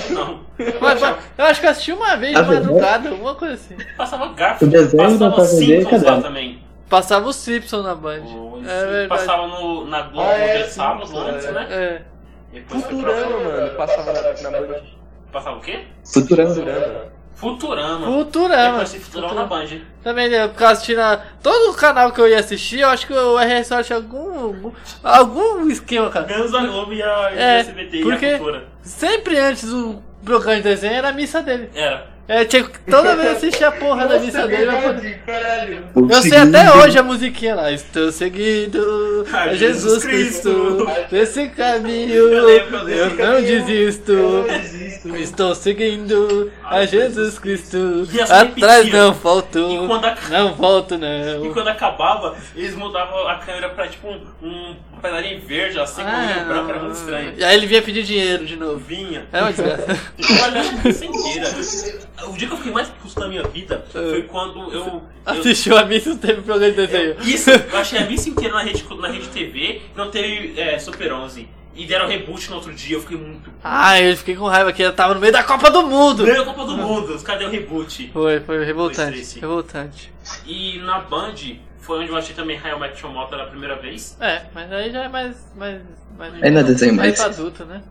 A: não.
B: Mas, eu, eu acho que eu assisti uma vez, de madrugada, alguma coisa assim.
A: Passava Garfield, o desenho passava Simpsons lá também.
B: Passava o Simpson na Band. O,
A: é passava no, na Globo ah, é, de sábado antes, né?
B: É.
A: Depois
C: Futurama, mano, passava na, na Band.
A: Passava o quê?
D: Futurama.
C: Futurama.
A: Futurama.
B: Futurama.
A: Futurama na Band.
B: Também, né, eu ficava assistindo todo o canal que eu ia assistir, eu acho que o RS acha algum, algum, algum esquema, cara.
A: Menos a Globo e a é, SBT
B: porque
A: e a Cultura.
B: sempre antes o programa de desenho era a missa dele.
A: Era.
B: É, tinha, toda vez eu assistia a porra Nossa, da missa dele. Eu, eu sei até hoje a musiquinha lá. Estou seguindo a Jesus, Jesus Cristo. Nesse caminho eu, lembro, eu caminho, não desisto. Eu desisto. Estou seguindo ah, a Jesus Cristo. Atrás repetia. não faltou. A... Não volto, não.
A: E quando acabava, eles mudavam a câmera pra tipo um, um pedalinho verde, assim, ah, com um branco, era muito estranho.
B: E aí ele vinha pedir dinheiro de novo.
A: Vinha. Tipo,
B: É uma desgraça.
A: [LAUGHS] Olha, sem o dia que eu fiquei mais puto na minha vida foi quando eu.
B: Assistiu eu... a missa e teve programa de desenho.
A: Eu, isso, eu achei a missa inteira na rede, na rede TV, não teve é, Super 11. E deram reboot no outro dia, eu fiquei muito. Puto.
B: Ah, eu fiquei com raiva que eu tava no meio da Copa do Mundo! No
A: meio da Copa do Mundo, os caras deram reboot.
B: Foi, foi revoltante. Foi revoltante.
A: E na Band foi onde eu achei também Raio Match Moto pela primeira vez.
B: É, mas aí já é mais. mais, mais
D: Ainda é desenho mais.
B: Mais adulto, né?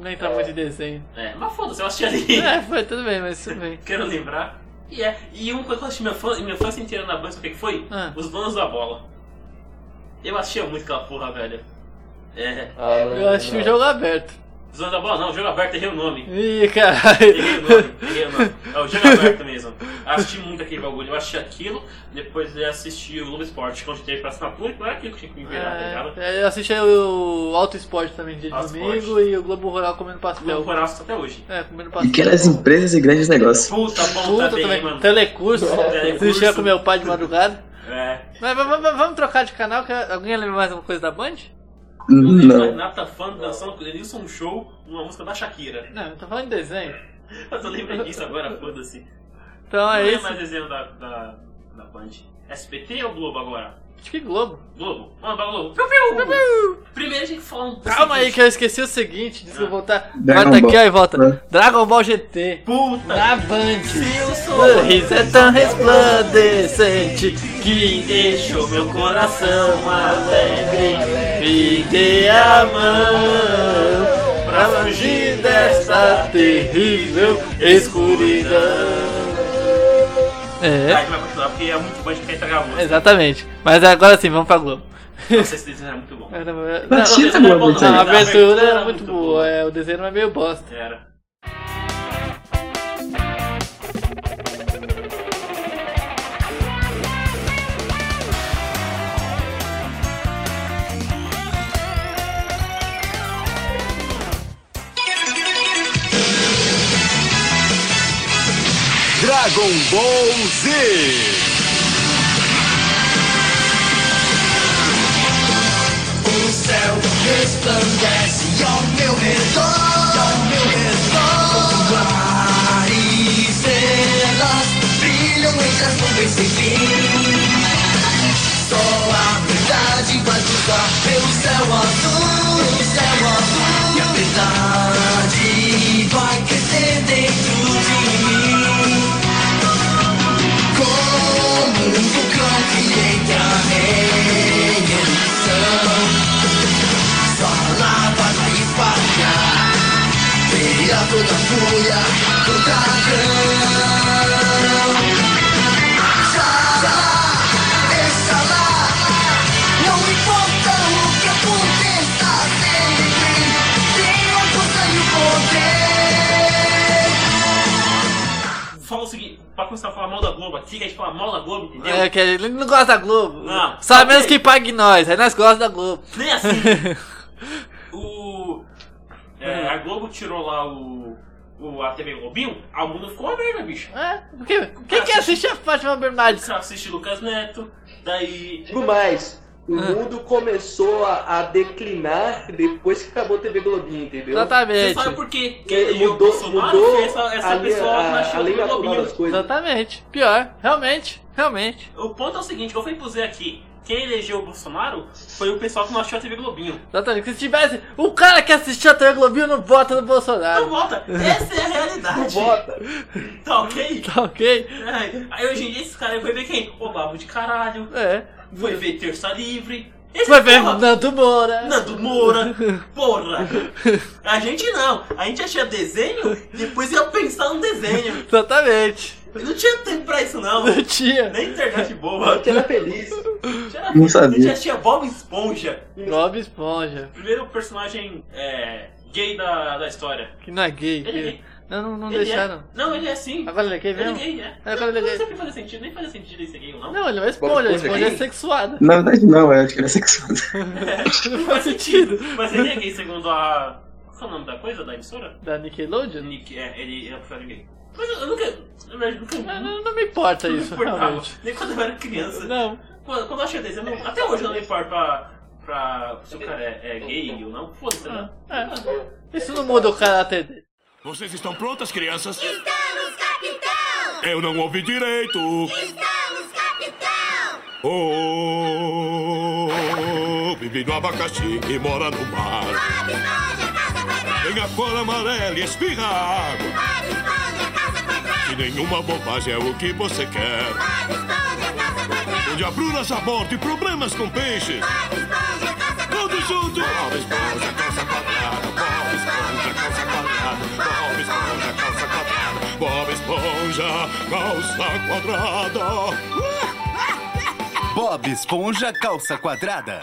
B: não entra é. muito em desenho.
A: É, mas foda-se, eu assisti ali.
B: É, foi, tudo bem, mas tudo bem.
A: Quero lembrar. E é, e uma coisa que eu assisti minha fã, minha fã inteira na banda, sabe o que foi?
B: Ah.
A: Os donos da bola. Eu assistia muito aquela porra, velho. É.
B: Ah, eu assisti o jogo aberto.
A: Os donos da bola não, o jogo aberto errei o nome.
B: Ih, caralho.
A: Errei o nome, errei o nome. É o jogo aberto mesmo. Assisti muito aquele bagulho, eu assisti aquilo, depois eu assisti o Globo Esporte, é um quando teve pra assinatura, não era aquilo que tinha que enviar, é, tá ligado?
B: Eu assisti o Auto Esporte também dia de Auto domingo Sport. e o Globo Rural comendo pastel. O
A: Globo Rural um até hoje.
B: É, comendo pastel.
D: E assim, aquelas empresas e grandes negócios.
A: Puta, bom, Puta também, também, mano. [LAUGHS]
B: Telecurso, Telecurso. assistia com meu pai de madrugada.
A: É.
B: Mas, mas, mas vamos trocar de canal, que alguém lembra mais alguma coisa da Band?
D: Não.
A: Renata Fã dançando com Denilson Show, uma música da Shakira. [LAUGHS]
B: Não, eu tô falando de desenho.
A: eu tô lembrando disso agora, foda-se.
B: Então é
A: Não
B: isso.
A: é mais desenho da, da, da Band. SPT ou Globo agora?
B: Acho que Globo.
A: Globo. Vamos pra Globo. Piu, piu, piu, piu. Primeiro a gente fala um
B: Calma aí que eu esqueci o seguinte, deixa eu voltar. Dragon Bota aqui, ó, e volta. Dragon Ball GT.
A: Puta.
B: Na Band. Seu sorriso é tão resplandecente que deixou meu coração alegre. Me dê a mão pra fugir desta terrível escuridão.
A: É. A gente vai continuar porque porque é muito bom, a gente quer entregar muito.
B: Exatamente. Mas agora sim, vamos pra Globo.
A: Nossa, esse desenho era muito bom.
B: Era- Não,
A: Batista
B: não,
A: Globo,
B: não,
A: isso aí.
B: a abertura
A: Abertura
B: era
A: era
B: muito
A: muito
B: boa,
A: boa.
B: é, o desenho era meio bosta.
A: Era.
L: Dragon Ball Z.
F: O céu resplandece ao meu redor, ao meu redor. Mar e estrelas brilham entre as nuvens sem fim. Só a verdade vai lutar pelo céu azul, pelo céu azul. E a verdade vai crescer dentro de mim. Como um vulcão que entra em erupção Sua lava vai espalhar Vira toda a fúria do dragão Xalá, exalá Não importa o que aconteça sempre Tenho a força e o poder
A: Fala o seguinte, pra começar a falar mal da Globo aqui, que a gente fala mal da Globo, entendeu?
B: É, que ele não gosta da Globo.
A: Não.
B: Só
A: Ok.
B: menos que pague nós, aí nós gostamos da Globo.
A: Nem
C: [LAUGHS]
A: assim. o. é, a Globo tirou lá o. o- a TV Globinho, a mundo ficou uma merda, bicho.
B: É, o que- quem que assiste a Fátima Bernardes?
A: Você assiste Lucas Neto, daí.
C: Digo mais, o
B: Ah.
C: mundo começou a, a declinar depois que acabou a TV Globinho, entendeu?
A: Você
B: Exatamente.
A: sabe por quê? Que
C: Porque
A: o
C: é, mudou,
A: Bolsonaro
C: mudou
A: fez tá, essa, essa
C: a, linha-
A: pessoa
C: a-
A: na
C: a
A: China
C: lei
A: do
C: natural
A: Globinho. tá,
C: das coisas.
B: Exatamente. Pior, realmente, realmente.
A: O ponto é o seguinte, eu falei pro Zé aqui, quem elegeu o Bolsonaro foi o pessoal que não achou a TV Globinho.
B: Exatamente. Se tivesse o cara que assistiu a TV Globinho não vota no
A: Então
B: Bolsonaro.
A: volta, essa é a
C: Não
A: realidade.
C: vota. é,
A: Tá ok?
B: Tá [LAUGHS] ok?
A: Ai, Aí hoje em dia esses caras vão ver quem? O Babo de caralho,
B: É.
A: foi ver Terça Livre. Esse
B: Foi ver
A: porra-
B: Nando Moura.
A: Nando Moura, porra! A gente não, a gente achava desenho, depois ia pensar no desenho.
B: Exatamente.
A: Não tinha tempo pra isso não,
B: Não tinha.
A: nem internet boa.
C: Era feliz.
A: Tinha-
D: Não sabia.
A: A gente achava Bob Esponja,
B: Bob Esponja.
A: primeiro personagem é, gay da, da história.
B: Que não é gay.
A: Ele é
B: Que...
A: gay.
B: Não, não, não
A: Ele é-
B: deixaram.
A: Não, ele é assim.
B: Agora ele é gay
A: Ele é
B: mesmo?
A: gay, é.
B: Agora ele é
A: Não
B: gay.
A: sei o que fazer sentido, nem fazia sentido ele ser gay ou não.
B: Não, ele não é Esponja.
C: Esponja é
B: Esponja é
C: gay?
B: [LAUGHS] sexuada.
D: Na verdade, não, eu acho que ele é sexual.
B: Não faz sentido.
A: Mas ele é gay segundo a. Qual que é o nome da coisa? Da emissora?
B: Da Nickelodeon?
A: Nick, é, ele é professor gay. Mas eu, eu nunca. Na verdade, nunca.
B: Não, não, não me importa
A: não me
B: isso,
A: importava.
B: realmente.
A: Nem quando eu era criança.
B: Não.
A: Quando, quando eu achei desenho, eu não- até hoje eu não me importo pra, pra se o cara é, é gay ou não. Foda-se, né?
B: É. Isso não muda o caráter dele.
L: Vocês estão prontas, crianças?
E: Estamos, capitão!
L: Eu não ouvi direito.
E: Estamos, capitão!
L: Oh, vive no abacaxi e mora no mar.
E: Bob Esponja, casa quadrada!
L: Tem a cor amarela e espirra água.
E: Bob Esponja, casa
L: E
E: quadrada!
L: nenhuma bobagem é o que você quer.
E: Bob Esponja, casa quadrada!
L: Onde há brunas a bordo e problemas com peixes.
E: Bob Esponja, casa quadrada!
L: Tudo junto. Bob Esponja, calça quadrada. Bob Esponja, calça quadrada. Bob Esponja, calça quadrada. Bob Esponja, calça quadrada.
K: Bob Esponja Calça Quadrada.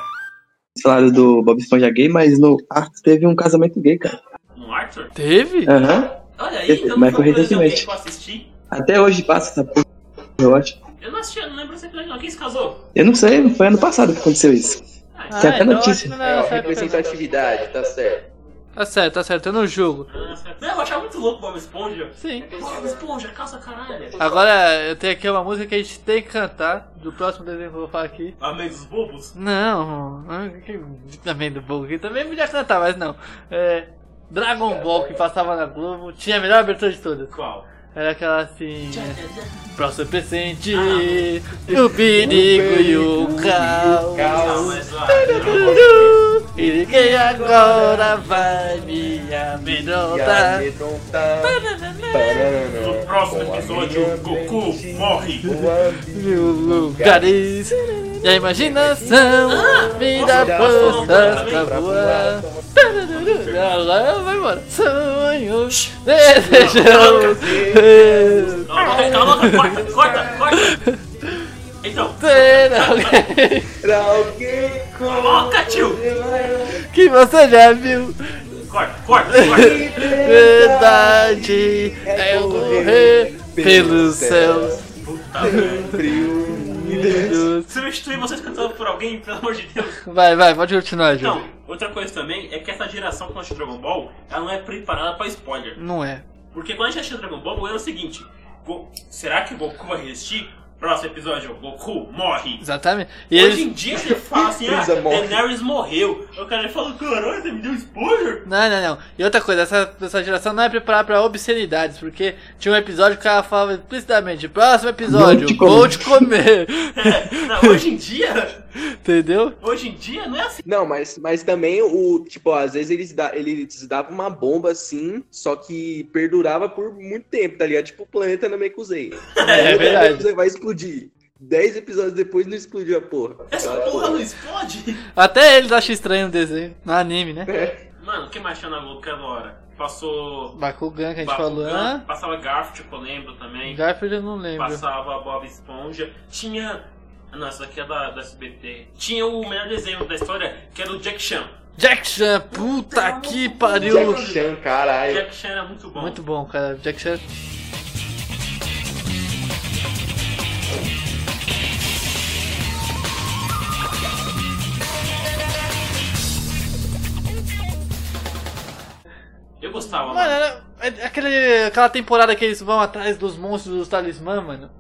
D: Falaram do Bob Esponja gay, mas no Arthur teve um casamento gay, cara.
A: Um Arthur?
B: Teve?
D: Aham.
A: Olha aí, então
D: Mas
A: foi um desenho
D: recentemente.
A: gay que eu assisti.
D: Até hoje passa essa porra, eu acho.
A: Eu não assisti, eu não lembro desse episódio, não. Quem se casou?
D: Eu não sei, foi ano passado que aconteceu isso.
A: Ah,
D: Tem até
B: então
D: notícia.
B: acho que não
C: É,
A: tá,
B: era
C: ó,
B: essa época, não.
C: representatividade, tá certo.
B: Tá certo, tá certo, eu não julgo.
A: nossa. Não, eu achava muito louco o Bob Esponja.
B: Sim.
A: Ah. Bob Esponja, calça caralho.
B: Agora eu tenho aqui uma música que a gente tem que cantar do próximo desenho que eu vou falar aqui.
A: Amém dos bobos?
B: Não, não, que- também do Bug, também podia cantar, mas não. É, Dragon Ball que passava na Globo tinha a melhor abertura de todas.
A: Qual?
B: Era aquela assim. é, Próximo presente, o perigo e o caos.
A: Ah, mas lá.
B: E ninguém agora vai me
A: tá.
B: amedrontar.
C: tá-
A: No próximo episódio, Goku morre.
B: Mil lugares e a imaginação me dá
A: nossa,
B: forças
A: nossa,
B: pra
A: pra
B: voar. Tararara, Ela vai embora. Sonhos desejos.
A: Não, não, Calma, corta, corta, corta. Então.
B: Ter alguém
C: Pra alguém como
A: Coloca, tio!
B: que você já viu.
A: Corta, corta, corta.
B: Verdade é eu morrer pelos céus.
A: Puta merda.
C: Frio.
A: Substituir vocês cantando por alguém, pelo amor de Deus.
B: Vai, vai, pode continuar, Júlio.
A: Então, outra coisa também é que essa geração que lança Dragon Ball, ela não é preparada pra spoiler.
B: Não é.
A: Porque quando a gente achou Dragon Ball, era o seguinte: Go- será que o Goku vai resistir? Próximo episódio, Goku morre.
B: Exatamente. E
A: Hoje
B: eles.
A: em dia você fala assim, ah,
C: Freeza morre.
A: Daenerys morreu. Aí O cara já fala, caralho, você me deu spoiler?
B: Não, não, não. E outra coisa, essa, essa geração não é preparada pra obscenidades, porque tinha um episódio que o cara falava explicitamente, próximo episódio,
D: Não te
B: vou te comer. [LAUGHS]
A: É, não, hoje em dia,
B: Entendeu?
A: hoje em dia não é assim.
C: Não, mas, mas também o, tipo, às vezes eles, da, eles davam uma bomba assim, só que perdurava por muito tempo, tá ligado? Tipo, o planeta Namekusei.
B: [LAUGHS] É, verdade.
C: Vai explodir. Dez episódios depois não explodiu a porra.
A: Essa porra não explode.
B: Até eles acham estranho o desenho, no anime, né?
A: Mano, o que mais tinha na Globo aquela hora? Passou.
B: Bakugan é que a gente falou,
A: Bakugan,
B: né?
A: passava Garfield, que eu lembro também.
B: Garfield eu não lembro.
A: Passava Bob Esponja. Tinha. Não, essa daqui é da, da SBT. Tinha o melhor desenho da história, que era o Jack Chan.
B: Jack Chan, puta que pariu.
C: Jack Chan, caralho.
A: Jack Chan era muito bom.
B: Muito bom, cara. Jack Chan.
A: Eu gostava,
B: Mano,
A: mano.
B: era é- aquele, aquela temporada que eles vão atrás dos monstros dos talismã, mano.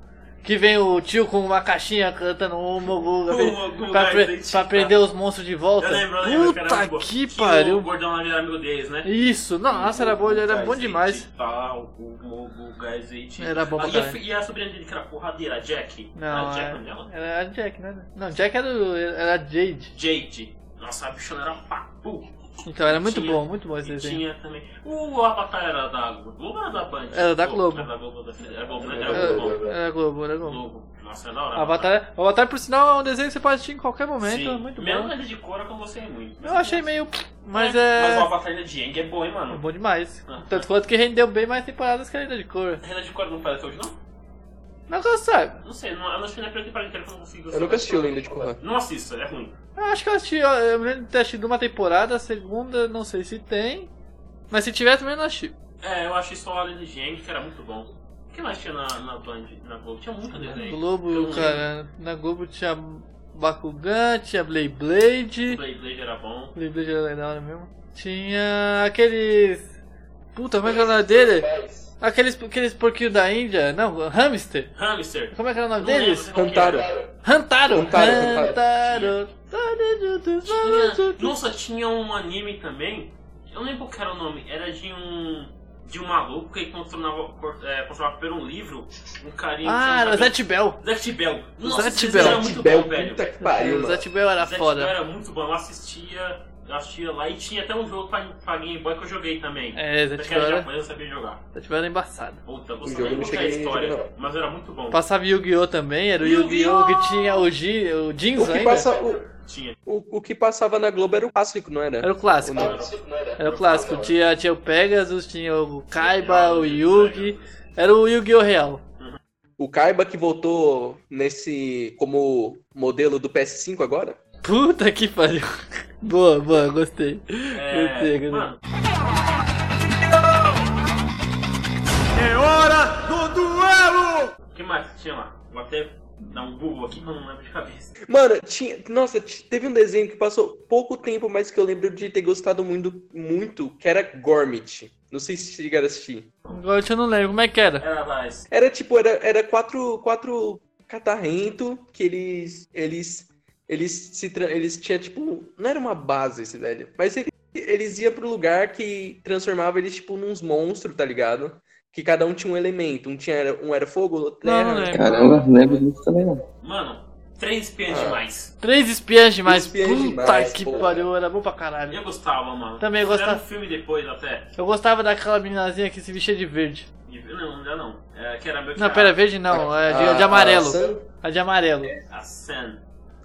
B: Que vem o tio com uma caixinha cantando o Moguga
A: O Moguga,
B: pra, pre-
A: gente,
B: pra prender os monstros de volta.
A: Eu lembro, eu lembro.
B: Puta
A: era muito bom. Tinha
B: que
A: O
B: pariu.
A: gordão lá que era amigo deles, né?
B: Isso, nossa, era bom, era
A: Gás
B: bom demais.
A: leite, Tal, o Mogo, o gás leite.
B: Era bom pra
A: Ah, e, a,
B: caralho.
A: fi- e a sobrinha dele, que era porradeira, a Jack.
B: Não, é.
A: Era Jack, é o nome dela?
B: era, era Jack, né? Não, Jack era, o- era Jade.
A: Jade. Nossa, a bichona era papo.
B: Então era muito
A: Tinha-
B: bom, muito bom esse
A: E
B: desenho.
A: tinha também. O Avatar era da Globo ou era da Band?
B: Era da Globo.
A: Era da Globo, da- era Globo,
C: É,
A: né? Era
B: Era,
A: Globo.
B: era Globo, era Globo.
A: Globo. Nossa, era da hora.
B: Avatar, Avatar, por sinal, é um desenho que você pode assistir em qualquer momento, é
A: Sim.
B: muito bom.
A: Mesmo ele de Korra que eu gostei muito.
B: Eu achei meio. Mas
A: Mas o
B: é.
A: Avatar de Yang é bom, hein,
B: é
A: mano?
B: Bom demais.
A: Aham.
B: Tanto quanto que rendeu bem mais temporadas que a Ilha de Cor.
A: A Reina de Korra não faz até hoje, não?
B: Mas eu sabe.
A: Não sei, não, eu não assisti na primeira temporada inteira que eu não consigo.
C: Eu nunca assisti o Linda de Corra.
A: Não assista, é ruim.
B: Eu acho que eu assisti. ó, Eu me lembro de ter assistido uma temporada, a segunda, não sei se tem. Mas se tiver, também não assisti.
A: É, eu achei só a Lady Jang, que era muito bom. O que mais tinha na, na Band, na Globo? Tinha muito desenho. Eu
B: Globo,
A: não
B: cara. Na Globo tinha Bakugan, tinha Blade Blade.
A: lembro. Blade Blade era bom.
B: Blade Blade era da hora mesmo. Tinha aqueles. Puta, como é que era o nome dele? Aqueles, aqueles porquinhos da Índia. Não, hamster.
A: Hamster.
B: Como é que era o nome
A: Não
B: deles?
A: lembro.
C: Cantaro.
B: Hantaro!
C: Hantaro,
B: Hantaro! Todo junto, todo
A: Tinha,
B: junto.
A: nossa, tinha um anime também. Eu não lembro qual que era o nome. Era de um. De um maluco que controlava, cor- é, controlava por um livro. Um carinha.
B: Ah, era o Zet Bell.
A: Zet Bell. Nossa,
B: Zet
A: esse
B: Bell.
A: desenho era é muito
C: Bel,
A: bom, velho.
C: puta que pariu,
B: O
C: mano.
B: Zet Bell era
A: Zet Bell
B: foda.
A: era muito bom. Eu assistia, eu assistia lá e tinha até um jogo pra, pra Game Boy que eu joguei também.
B: É, Zet
A: Acho que
B: Bell
A: era
B: era,
A: japonês, eu sabia jogar.
B: Zet Bell era embaçado.
A: Puta, eu
C: O
A: gostava
C: jogo não
A: muito da
C: cheguei a jogar,
A: história,
C: não.
A: mas era muito bom.
B: Passava Yu-Gi-Oh! também, era o Yu-Gi-Oh! que tinha o, G, o
C: O
B: Jeans
C: que,
B: ainda.
C: passa, o,
A: Tinha.
C: o, o que passava na Globo era o clássico, não era?
B: Era o clássico.
C: Ou não?
B: Era o clássico. Tinha, tinha o Pegasus, tinha o Kaiba, o Yugi. Era o Yu-Gi-Oh! real.
C: O Kaiba que voltou nesse. como modelo do PS5 agora?
B: Puta que pariu. [LAUGHS] Boa, boa, gostei. Gostei,
A: É,
B: gostei.
A: mano,
L: É hora do duelo!
A: o que mais que tinha lá? Vou até dar um Google aqui que eu não lembro de cabeça.
C: Mano, tinha. Nossa, t- teve um desenho que passou pouco tempo, mas que eu lembro de ter gostado muito, muito que era Gormit. Não sei se chegaram a assistir.
B: Agora eu não lembro como é que era.
A: Era das.
C: Era tipo, era, era quatro, quatro catarrento que eles. Eles. Eles se tra- eles tinha tipo. Não era uma base esse velho. Mas ele- eles iam pro lugar que transformava eles, tipo, nos monstros, tá ligado? Que cada um tinha um elemento. Um tinha um era fogo, outro
B: Não, não
C: terra.
B: lembro.
D: Caramba, não é, lembro disso também não.
A: Mano, três espiãs
C: Ah.
A: demais.
B: Três espiãs demais.
C: Espiãs
B: Puta
C: demais,
B: que
C: pô.
B: pariu, era bom pra caralho.
A: Eu gostava, mano.
B: Também
A: Fizeram
B: gostava.
A: um filme depois até.
B: Eu gostava daquela meninazinha que se vestia de verde.
A: E- Não, ainda não. É, que era meio que
B: Não,
A: a-
B: pera, verde não, é de,
C: A-
B: é de amarelo.
C: A, San-
B: A de amarelo.
A: A Sam.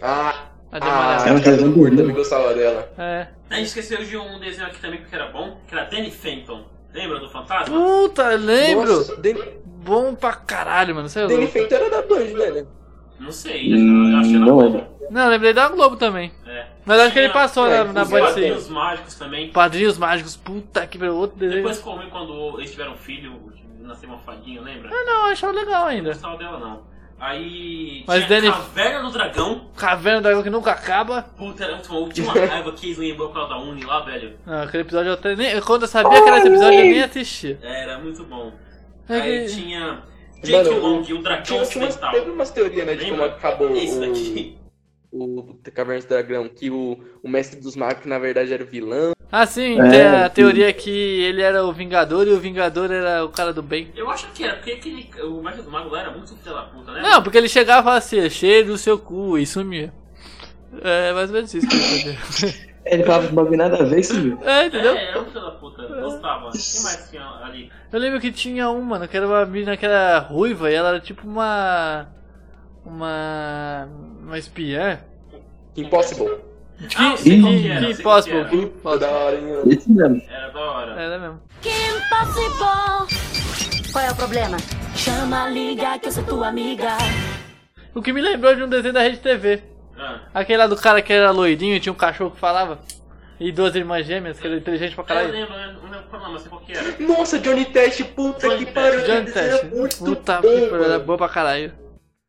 C: a,
B: A É de
C: a,
D: Ela
B: amarelo.
D: fez um
C: Ah, eu também
D: bordão.
C: gostava dela.
B: É.
A: A gente esqueceu de um desenho aqui também que era bom, que era Danny Fenton. Lembra do Fantasma?
B: Puta, eu lembro.
C: Nossa, Den-
B: Bom pra caralho, mano. Você é
C: Danny
B: louco.
C: Phantom era da Band, né? né?
A: Não sei.
D: Hum, não lembro.
B: Não, eu lembrei da Globo também.
A: É.
B: Mas acho que ele passou na, na
A: Os
B: Band
A: Padrinhos
B: C.
A: Mágicos também.
B: Padrinhos Mágicos, puta que pariu, outro desenho.
A: Depois como quando eles tiveram um filho, nasceu uma fadinha, lembra?
B: Ah, não, eu achava legal
A: Não
B: ainda.
A: gostava dela, não. Aí.
B: Mas
A: tinha
B: Danny-
A: Caverna do Dragão.
B: Caverna do Dragão que nunca acaba.
A: Puta, era uma última
B: [LAUGHS]
A: raiva que eles lembrou por causa da Uni lá, velho.
B: Não, aquele episódio eu até nem. Quando eu sabia que era esse episódio, eu nem assisti.
A: É, Era muito bom.
B: É
A: Aí
B: que-
A: tinha. Jake
C: Mano,
A: Long e o Dragão
C: Tinha, tinha umas,
A: Ocidental.
C: teve umas teorias, né, de como
A: Lembra? É
C: acabou
A: Isso
C: o,
A: daqui.
C: o Caverna do Dragão, que o, o Mestre dos Magos, que na verdade era o vilão.
B: Ah, sim,
C: É,
B: tem a
C: sim.
B: teoria que ele era o Vingador e o Vingador era o cara do bem.
A: Eu acho que era, porque aquele, o Mestre do Mago lá era muito filho da puta, né?
B: Não, porque ele chegava e falava assim, cheiro do seu cu e sumia. É mais ou menos isso que eu entendi.
D: Ele falava os bagulho nada a ver, sumiu.
B: É, entendeu?
A: É, era um filho da puta, gostava. O que mais tinha ali?
B: Eu lembro que tinha uma, mano, que era uma menina que era ruiva e ela era tipo uma. Uma. Uma espiã.
C: Impossible.
B: Que,
A: Ah, eu
B: que,
A: sei qual que era,
B: que
A: eu sei qual que
B: impossible,
A: era.
B: que
C: Foi da
B: impossible.
C: hora, hein?
D: Esse mesmo.
A: Era da hora.
B: Era mesmo.
E: Impossible. Qual é o problema? Chama, liga que eu sou tua amiga.
B: O que me lembrou de um desenho da Rede TV.
A: Ah,
B: Aquele lá do cara que era loirinho e tinha um cachorro que falava. E duas irmãs gêmeas, que era inteligente pra
A: eu
B: caralho.
A: lembro, né? eu não lembro qual nome, mas sei qual que era.
C: Nossa, Johnny Test, puta
A: Johnny
C: que pariu.
A: Test,
B: Johnny
C: esse era
B: Test.
C: muito
B: Puta
C: bom,
B: que pariu, era
C: mano.
B: boa pra caralho.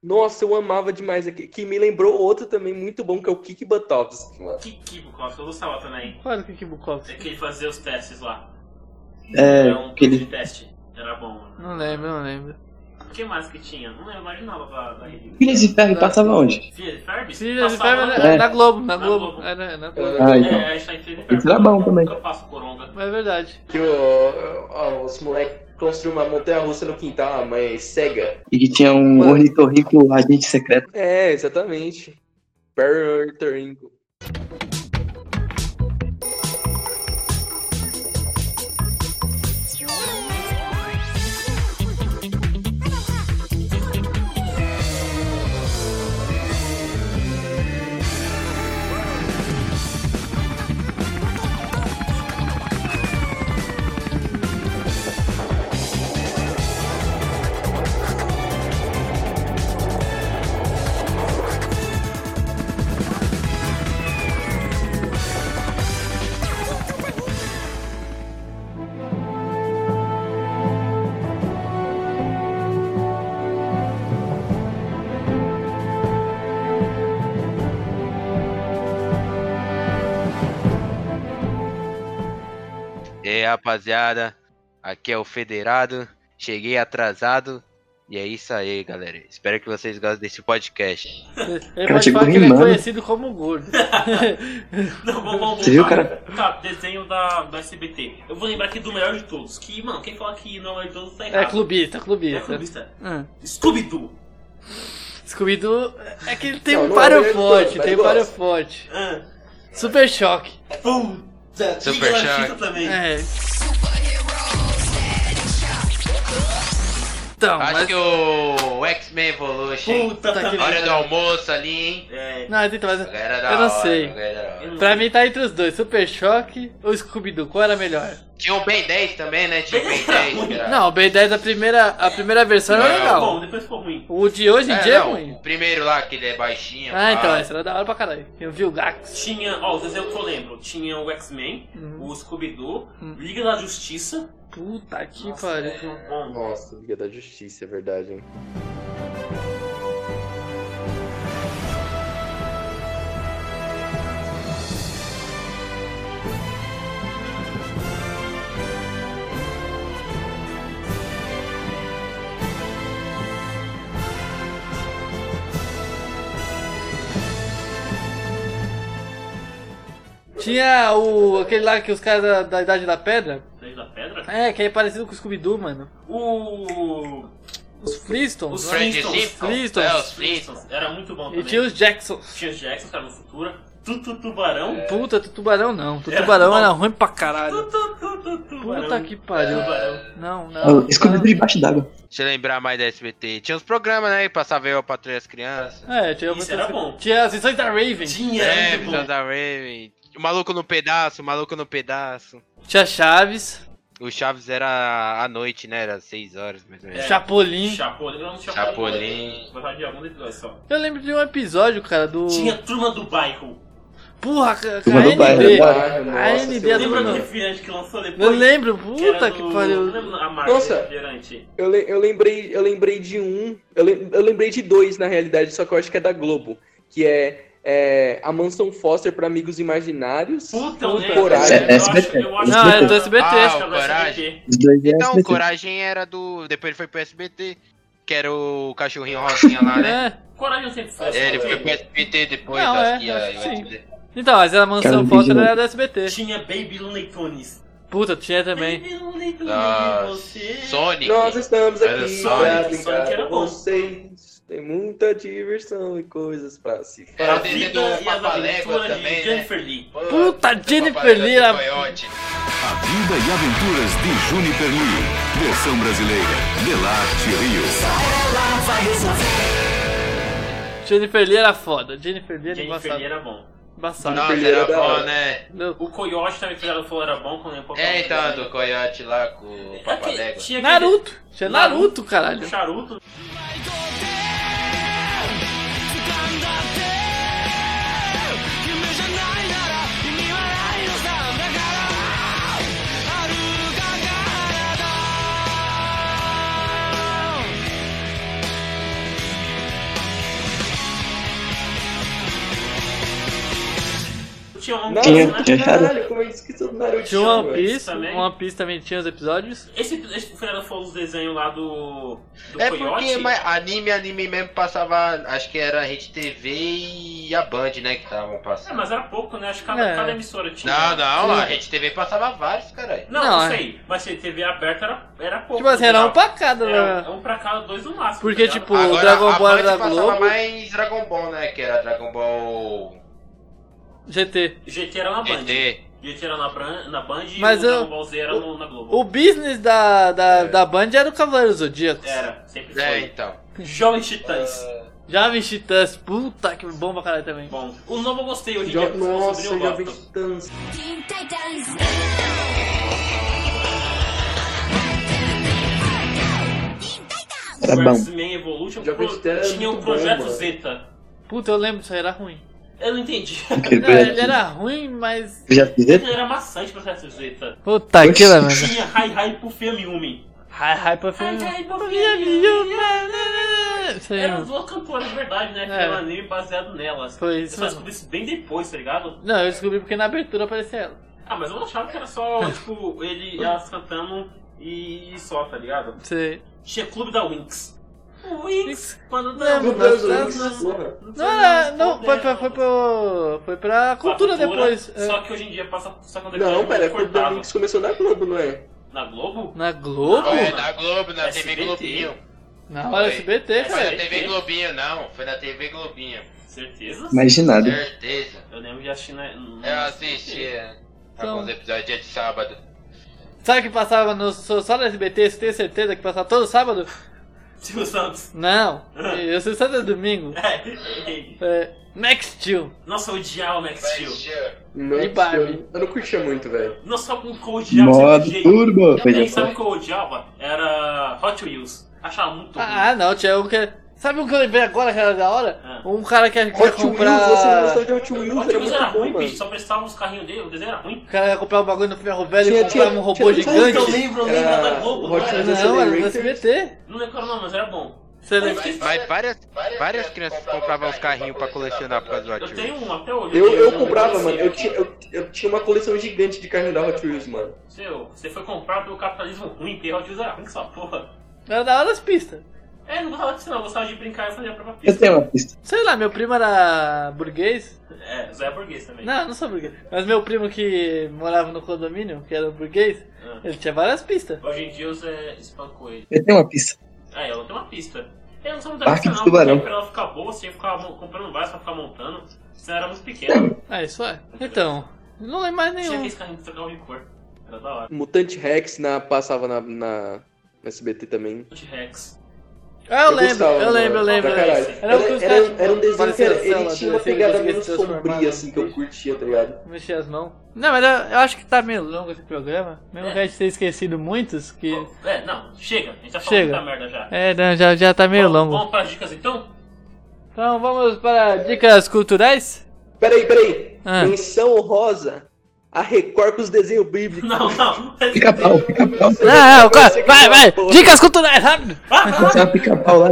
C: Nossa, eu amava demais aqui. Que me lembrou outro também muito bom, que é o Kiki Butovski, mano.
A: Que Kibo, Klaus, eu gostava também.
B: Olha o que que Bukowski.
A: É que ele fazia os testes lá.
D: É,
A: Era um
D: que
A: tipo de
D: ele.
A: teste. Era bom, mano.
B: Não lembro, não lembro.
A: O que mais que tinha? Não lembro, imaginava da, da rede.
D: Filhas de Ferro passava onde?
A: Filha de Ferb?
B: Filha de né?
A: Passava
B: Ferro
A: na-
B: era na Tá Globo, na
A: Na
B: É. Globo. É, né,
A: Globo.
B: Era na Globo.
D: Ah, então.
A: É, a gente tá em Filha de Ferb.
D: Isso era bom também.
A: Eu passo coronga. [LAUGHS]
B: Mas é verdade.
C: Que ó, ó, os moleques construíram uma montanha russa no quintal, a mãe é cega.
D: E que tinha um
C: Mano.
D: ornitorrinco agente secreto.
C: É, exatamente. Perringo.
M: E aí, É, rapaziada, aqui é o Federado. Cheguei atrasado. E é isso aí, galera. Espero que vocês gostem desse podcast.
B: Ele
D: Cara,
B: pode
D: chegou
B: falar que ele é
D: rimando.
B: conhecido como gordo.
A: Não, vamos, vamos
D: Você viu,
A: voltar.
D: cara?
A: Tá, desenho da, da SBT. Eu vou lembrar aqui do melhor de todos. Que, mano, quem fala que não é o melhor de todos tá errado.
B: É clubista,
A: É
B: clubista.
A: clubista.
B: Hum.
A: Scooby-Doo.
B: Scooby-Doo é que ele tem
C: Não,
B: um
C: não,
B: páreo
C: eu gosto,
B: forte,
C: mas
B: tem um
C: eu
B: páreo
C: gosto.
B: forte.
A: Ah,
B: Super choque.
A: Puta,
M: Super
A: Liga da
M: Shark.
A: Justiça também.
B: É. Então,
M: Acho
B: mas...
M: que o X-Men Evolution. hein?
A: Puta,
B: Tá que
A: também.
M: Hora do almoço ali, hein?
A: É,
B: Não, então, mas...
M: Galera da
B: Eu não
M: hora,
B: sei.
M: galera é da hora.
B: Pra mim tá entre os dois, Super Choque ou Scooby-Doo, qual era melhor?
M: Tinha um Ben 10 também, né? Tinha um
B: [LAUGHS]
M: Ben 10,
C: É.
M: cara.
B: Não, o Ben-10 da primeira, a primeira versão era
M: Não.
A: Tá
B: legal.
A: Bom, depois ficou ruim.
B: O de hoje em
M: É,
B: dia é
M: não,
B: ruim.
M: O primeiro lá, que ele é baixinho.
B: Ah, então,
M: pá.
B: essa era da hora pra caralho. Eu vi o Gax.
A: Tinha, ó, os desenhos que eu lembro. Tinha o X-Men,
B: Uhum.
A: o Scooby-Doo,
B: Uhum.
A: Liga da Justiça.
B: Puta que
A: Nossa,
B: pariu.
A: é bom.
C: Nossa, Liga da Justiça, é verdade, hein?
B: Tinha o. aquele lá que os caras da, da Idade da Pedra.
A: Três da Pedra.
B: É, que é parecido com o Scooby-Doo, mano.
A: O...
B: Os Flintstones.
A: Os
B: né?
M: Fred
A: Flintstones,
M: Simpson.
B: Flintstones.
M: É, os Flintstones.
A: Era muito bom
B: E
A: também.
B: tinha os Jacksons.
A: Tinha os Jackson, cara, no Futura. Tutu Tubarão.
B: Puta, tu tubarão não. Tu
A: Era
B: tubarão
A: bom.
B: era ruim pra caralho.
A: Tutu, tutu, É, tubarão. É,
B: Puta que pariu.
A: Tubarão.
B: Não, não.
D: Ah, Scooby-Doo debaixo d'água.
M: Deixa eu lembrar mais da SBT. Tinha uns programas, né? que Passava eu a Patrulha as Crianças.
B: não. É, tinha
A: Isso era bom.
B: Tinha as sessões da Raven.
A: Tinha,
M: É,
A: era muito
M: Visão
A: bom.
M: da Raven. O Maluco no Pedaço, o Maluco no Pedaço.
B: Tinha Chaves.
C: O Chaves era à noite, né? Era 6 horas, mais
A: É,
C: ou menos.
B: É. Chapolin.
A: Chapolin, não,
C: Chapolin.
A: Chapolin. Gostava de algum episódio só.
B: Eu lembro de um episódio, cara, do.
A: Tinha Turma do Bairro.
B: Porra, cara,
A: Turma do
B: ANB.
A: Bairro,
B: ANB,
A: Nossa,
B: ANB é
A: Lembra do
B: turma.
A: refrigerante que lançou depois?
B: Eu lembro,
A: era
B: puta que
A: do-
B: pariu.
A: Lembra a marca
D: Nossa.
A: do refrigerante?
D: Eu, le- eu lembrei, eu lembrei de um, eu, lem- eu lembrei de dois na realidade, só que eu acho que é da Globo, que é, é, a Mansão Foster para amigos imaginários.
A: Puta,
D: o
A: né?
D: Coragem.
E: É, é SBT.
B: Não, é do SBT.
C: Ah, o Coragem.
E: Os dois é
C: Então, o
E: SBT.
C: Coragem era do. Depois ele foi pro SBT. Que era o cachorrinho rosinha
A: Ah,
C: lá, né?
A: Coragem sempre foi.
C: É, ele foi pro SBT depois,
B: Não,
C: acho
B: é,
C: que
B: acho que
C: ia- ia-
B: Então, mas a mansão
C: Cara,
B: foto
C: não
B: era do SBT.
A: Tinha Baby Looney Tunes.
B: Puta, tinha também.
A: Baby Looney Tunes,
C: Ah,
A: você.
C: Sonic.
D: Nós estamos
C: Era
D: aqui
C: Sonic.
D: para
A: Sonic
D: brincar
A: era
D: com
A: bom.
D: vocês. Tem muita diversão e coisas para se
C: É,
A: Era a
D: fazer.
A: vida e as aventuras
C: né?
A: de Jennifer Lee.
B: Puta, Jennifer Lee era.
F: A vida e aventuras de Juniper Lee. Versão brasileira. Delarte Rio.
N: Ela vai resolver.
B: Jennifer Lee era foda. Jennifer Lee era
A: Jennifer
B: embaçada.
A: Lee era bom.
B: Embaçada.
C: Nossa, era bom, né?
A: O Coyote também que ela falou era bom quando eu pouco.
C: É, então, do coiote lá com o Papalégua.
A: É Tinha aquele-
B: Naruto. Tinha Naruto, caralho.
A: O charuto. Tinha um
E: Tinha, tinha Charuto.
D: Caralho, como eu esqueci do Naruto.
B: Tinha One
D: velho?
B: Piece. One Piece também tinha os episódios.
A: Esse, esse final foi os desenhos lá do. do
C: É
A: Coyote.
C: porque mas anime, anime mesmo passava, acho que era a Rede TV e a Band, né, que estavam
A: É,
C: passando.
A: mas era pouco, né? Acho que cada,
C: É.
A: cada emissora tinha.
C: Não, não, a
A: Sim.
C: Rede TV passava vários, caralho.
A: Não,
B: Não,
A: não,
B: é.
A: sei. Mas se TV aberta era, era pouco.
B: Tipo assim, era
A: não.
B: um pra cada,
A: Era
B: né?
A: um pra cada, dois no máximo.
B: Porque,
A: tá ligado?
B: tipo, o Dragon Ball
C: a Band
B: era da
C: passava
B: Globo.
C: mais Dragon Ball, né, que era Dragon Ball
B: GT.
A: GT era na Band.
C: GT.
A: GT era na, Bran, na Band
B: Mas
A: e o
B: eu-
A: Dragon Ball Z era
B: o-
A: no- na Globo.
B: O business da, da, da Band era o Cavaleiro Zodíaco.
A: Era, sempre foi.
C: É, então.
A: Jovem Titãs.
D: É.
B: Jovem Titãs. Puta que bom pra caralho também.
A: Bom. O novo eu gostei hoje em dia.
D: Jo- Nossa,
A: sobre
D: Jovem
A: gosto.
D: Titãs.
E: Era
A: O
E: bom.
A: X-Men Evolution
D: Jovem
A: pro-
D: Titãs era
A: tinha o
D: muito
A: Projeto
D: bom, mano.
A: Zeta.
B: Puta, eu lembro disso aí, era ruim.
A: Eu não
D: [LAUGHS]
A: entendi.
E: Aquele
B: Não,
E: projeto-
B: ele era ruim, mas.
E: projeto Zeta?
A: Era maçante o Projeto Zeta.
B: Puta que lá, mano.
A: Tinha Hi Hi pro Femiumi.
B: Hi, hi, pra filme.
A: Hi Hi pro
B: Isso aí,
A: Eram
B: mano.
A: duas cantoras de verdade, né? Que
B: É.
A: era um anime baseado nelas.
B: Foi isso
A: Eu só
B: mesmo.
A: descobri isso bem depois, tá ligado?
B: Não, eu descobri porque na abertura aparecia ela.
A: Ah, mas eu achava que era
B: [LAUGHS]
A: só, tipo, ele, elas cantando e, e só, tá ligado?
B: Sei.
A: Tinha Clube da Winx. Winx, quando dá
B: Lembro,
A: Winx,
B: não,
A: nós-
B: Não, era, não, foi, foi, foi, pro, foi
A: Pra
B: pra cultura depois. é.
A: Só que hoje em dia passa só quando
D: Não,
A: ele
D: pera,
A: é
D: foi o Domingo
A: cortado.
D: que começou na Globo, não é?
A: Na Globo?
B: Na Globo?
C: Não, é,
A: mano.
C: na Globo, na
A: SBT.
C: TV Globinho.
B: Não, era SBT,
A: É
C: Foi na
B: cara.
C: TV Globinho, não, foi na TV Globinho.
A: Certeza?
E: Imaginado.
C: Certeza.
A: Eu lembro de assistir na... na-
C: Eu é. assistia alguns episódios dia de sábado.
B: Sabe que passava no, só só no SBT, você tem certeza que passava todo sábado?
A: Silvio Santos. [LAUGHS]
B: Não, eu sei só no domingo.
A: É.
B: É, Max Steel.
A: Nossa, eu odiava o Max Steel.
D: Nossa,
B: E Barbie?
D: eu- Eu não curtia muito, velho.
A: Não só com o odiava,
E: Modo turbo.
A: Quem
E: Veja
A: sabe o
E: só.
A: que eu odiava? Era Hot Wheels. Achava muito
B: Ah, não, tinha um que. Sabe um que eu lembrei agora que era da hora? Um cara que quer
D: Hot Wheels, você não
B: comprar.
D: gostava de Hot Wheels?
A: Hot
C: É
D: Era
A: Wheels era
D: muito bom,
A: ruim,
D: mano.
A: bicho. Só prestava os carrinhos dele, o desenho era ruim.
B: O cara ia comprar um bagulho no ferro velho e
D: Tinha-
B: comprava
D: tinha-
B: um robô
D: tinha-
B: gigante.
A: Eu lembro, eu lembro
D: Era
A: da Globo.
D: Hot
A: não era?
D: Wheels.
B: Não, era do
D: Accelerated.
B: SBT.
A: Não lembro o nome, mas era bom.
B: Você
A: Mas
B: lembra?
A: que-
C: Mas várias, várias crianças compravam os carrinhos pra colecionar por causa do
A: Eu
C: Hot Wheels.
A: tenho um até hoje.
D: Eu,
A: tenho
D: eu
A: um
D: comprava,
A: assim,
D: mano. Eu tinha, eu, eu tinha uma coleção gigante de carrinho da Hot Wheels, mano.
A: Seu, você foi comprar pelo capitalismo ruim, porque Hot Wheels era ruim, essa porra.
B: Era da hora das pistas.
A: É, não gostava disso não, eu gostava de brincar e fazer a própria
E: Eu
A: pista.
E: tenho um. uma pista.
B: Sei lá, meu primo era burguês.
A: É, Zé Burguês também.
B: Não, não sou burguês. Mas meu primo que morava no condomínio, que era burguês,
A: Ah.
B: ele tinha várias pistas.
A: Hoje em dia o Zé espancou ele.
E: Eu tenho uma pista.
A: Ah, ela tem uma pista. Eu não sou muito
E: Parque
A: pista,
E: do
A: não,
E: Tubarão.
A: porque pra ela ficar boa, você tinha que ficar mo- comprando várias pra ficar montando. Você era muito pequeno.
B: Ah, isso é. Então, não lembro mais
A: Tinha
B: nenhum.
A: aqueles carrinhos de trocar o cor. Era da hora.
D: Mutante Rex na, passava na, na, na SBT também.
A: T-Rex.
B: Ah, Eu, lembro,
C: gostava,
B: eu lembro, eu
C: mano,
B: lembro.
C: pra caralho.
B: Era o que os
C: Era,
B: caras-
C: era, era um desenho que
B: parecia
C: era,
B: célula
C: ele
B: do
C: tinha uma
B: desenho,
C: pegada
B: conseguia
C: menos
B: se transformar
C: sombria, assim, que eu curtia, tá ligado?
B: Mexer as mãos. Não, mas eu, eu acho que tá meio longo esse programa. Mesmo que a gente tenha esquecido muitos, que.
A: É, não, chega. A gente tá falando
B: Chega.
A: muita merda já.
B: É, não, já, já tá meio longo.
A: Vamos para as dicas então? [LAUGHS]
B: Então vamos para dicas culturais?
C: Peraí, peraí.
B: Ah.
C: Menção honrosa a Record com os desenhos bíblicos.
A: Não, não.
D: Fica pau,
B: [LAUGHS]
D: fica pau.
B: Ah, o cara- vai, vai! Dicas culturais, rápido!
D: Começar a pica pau lá.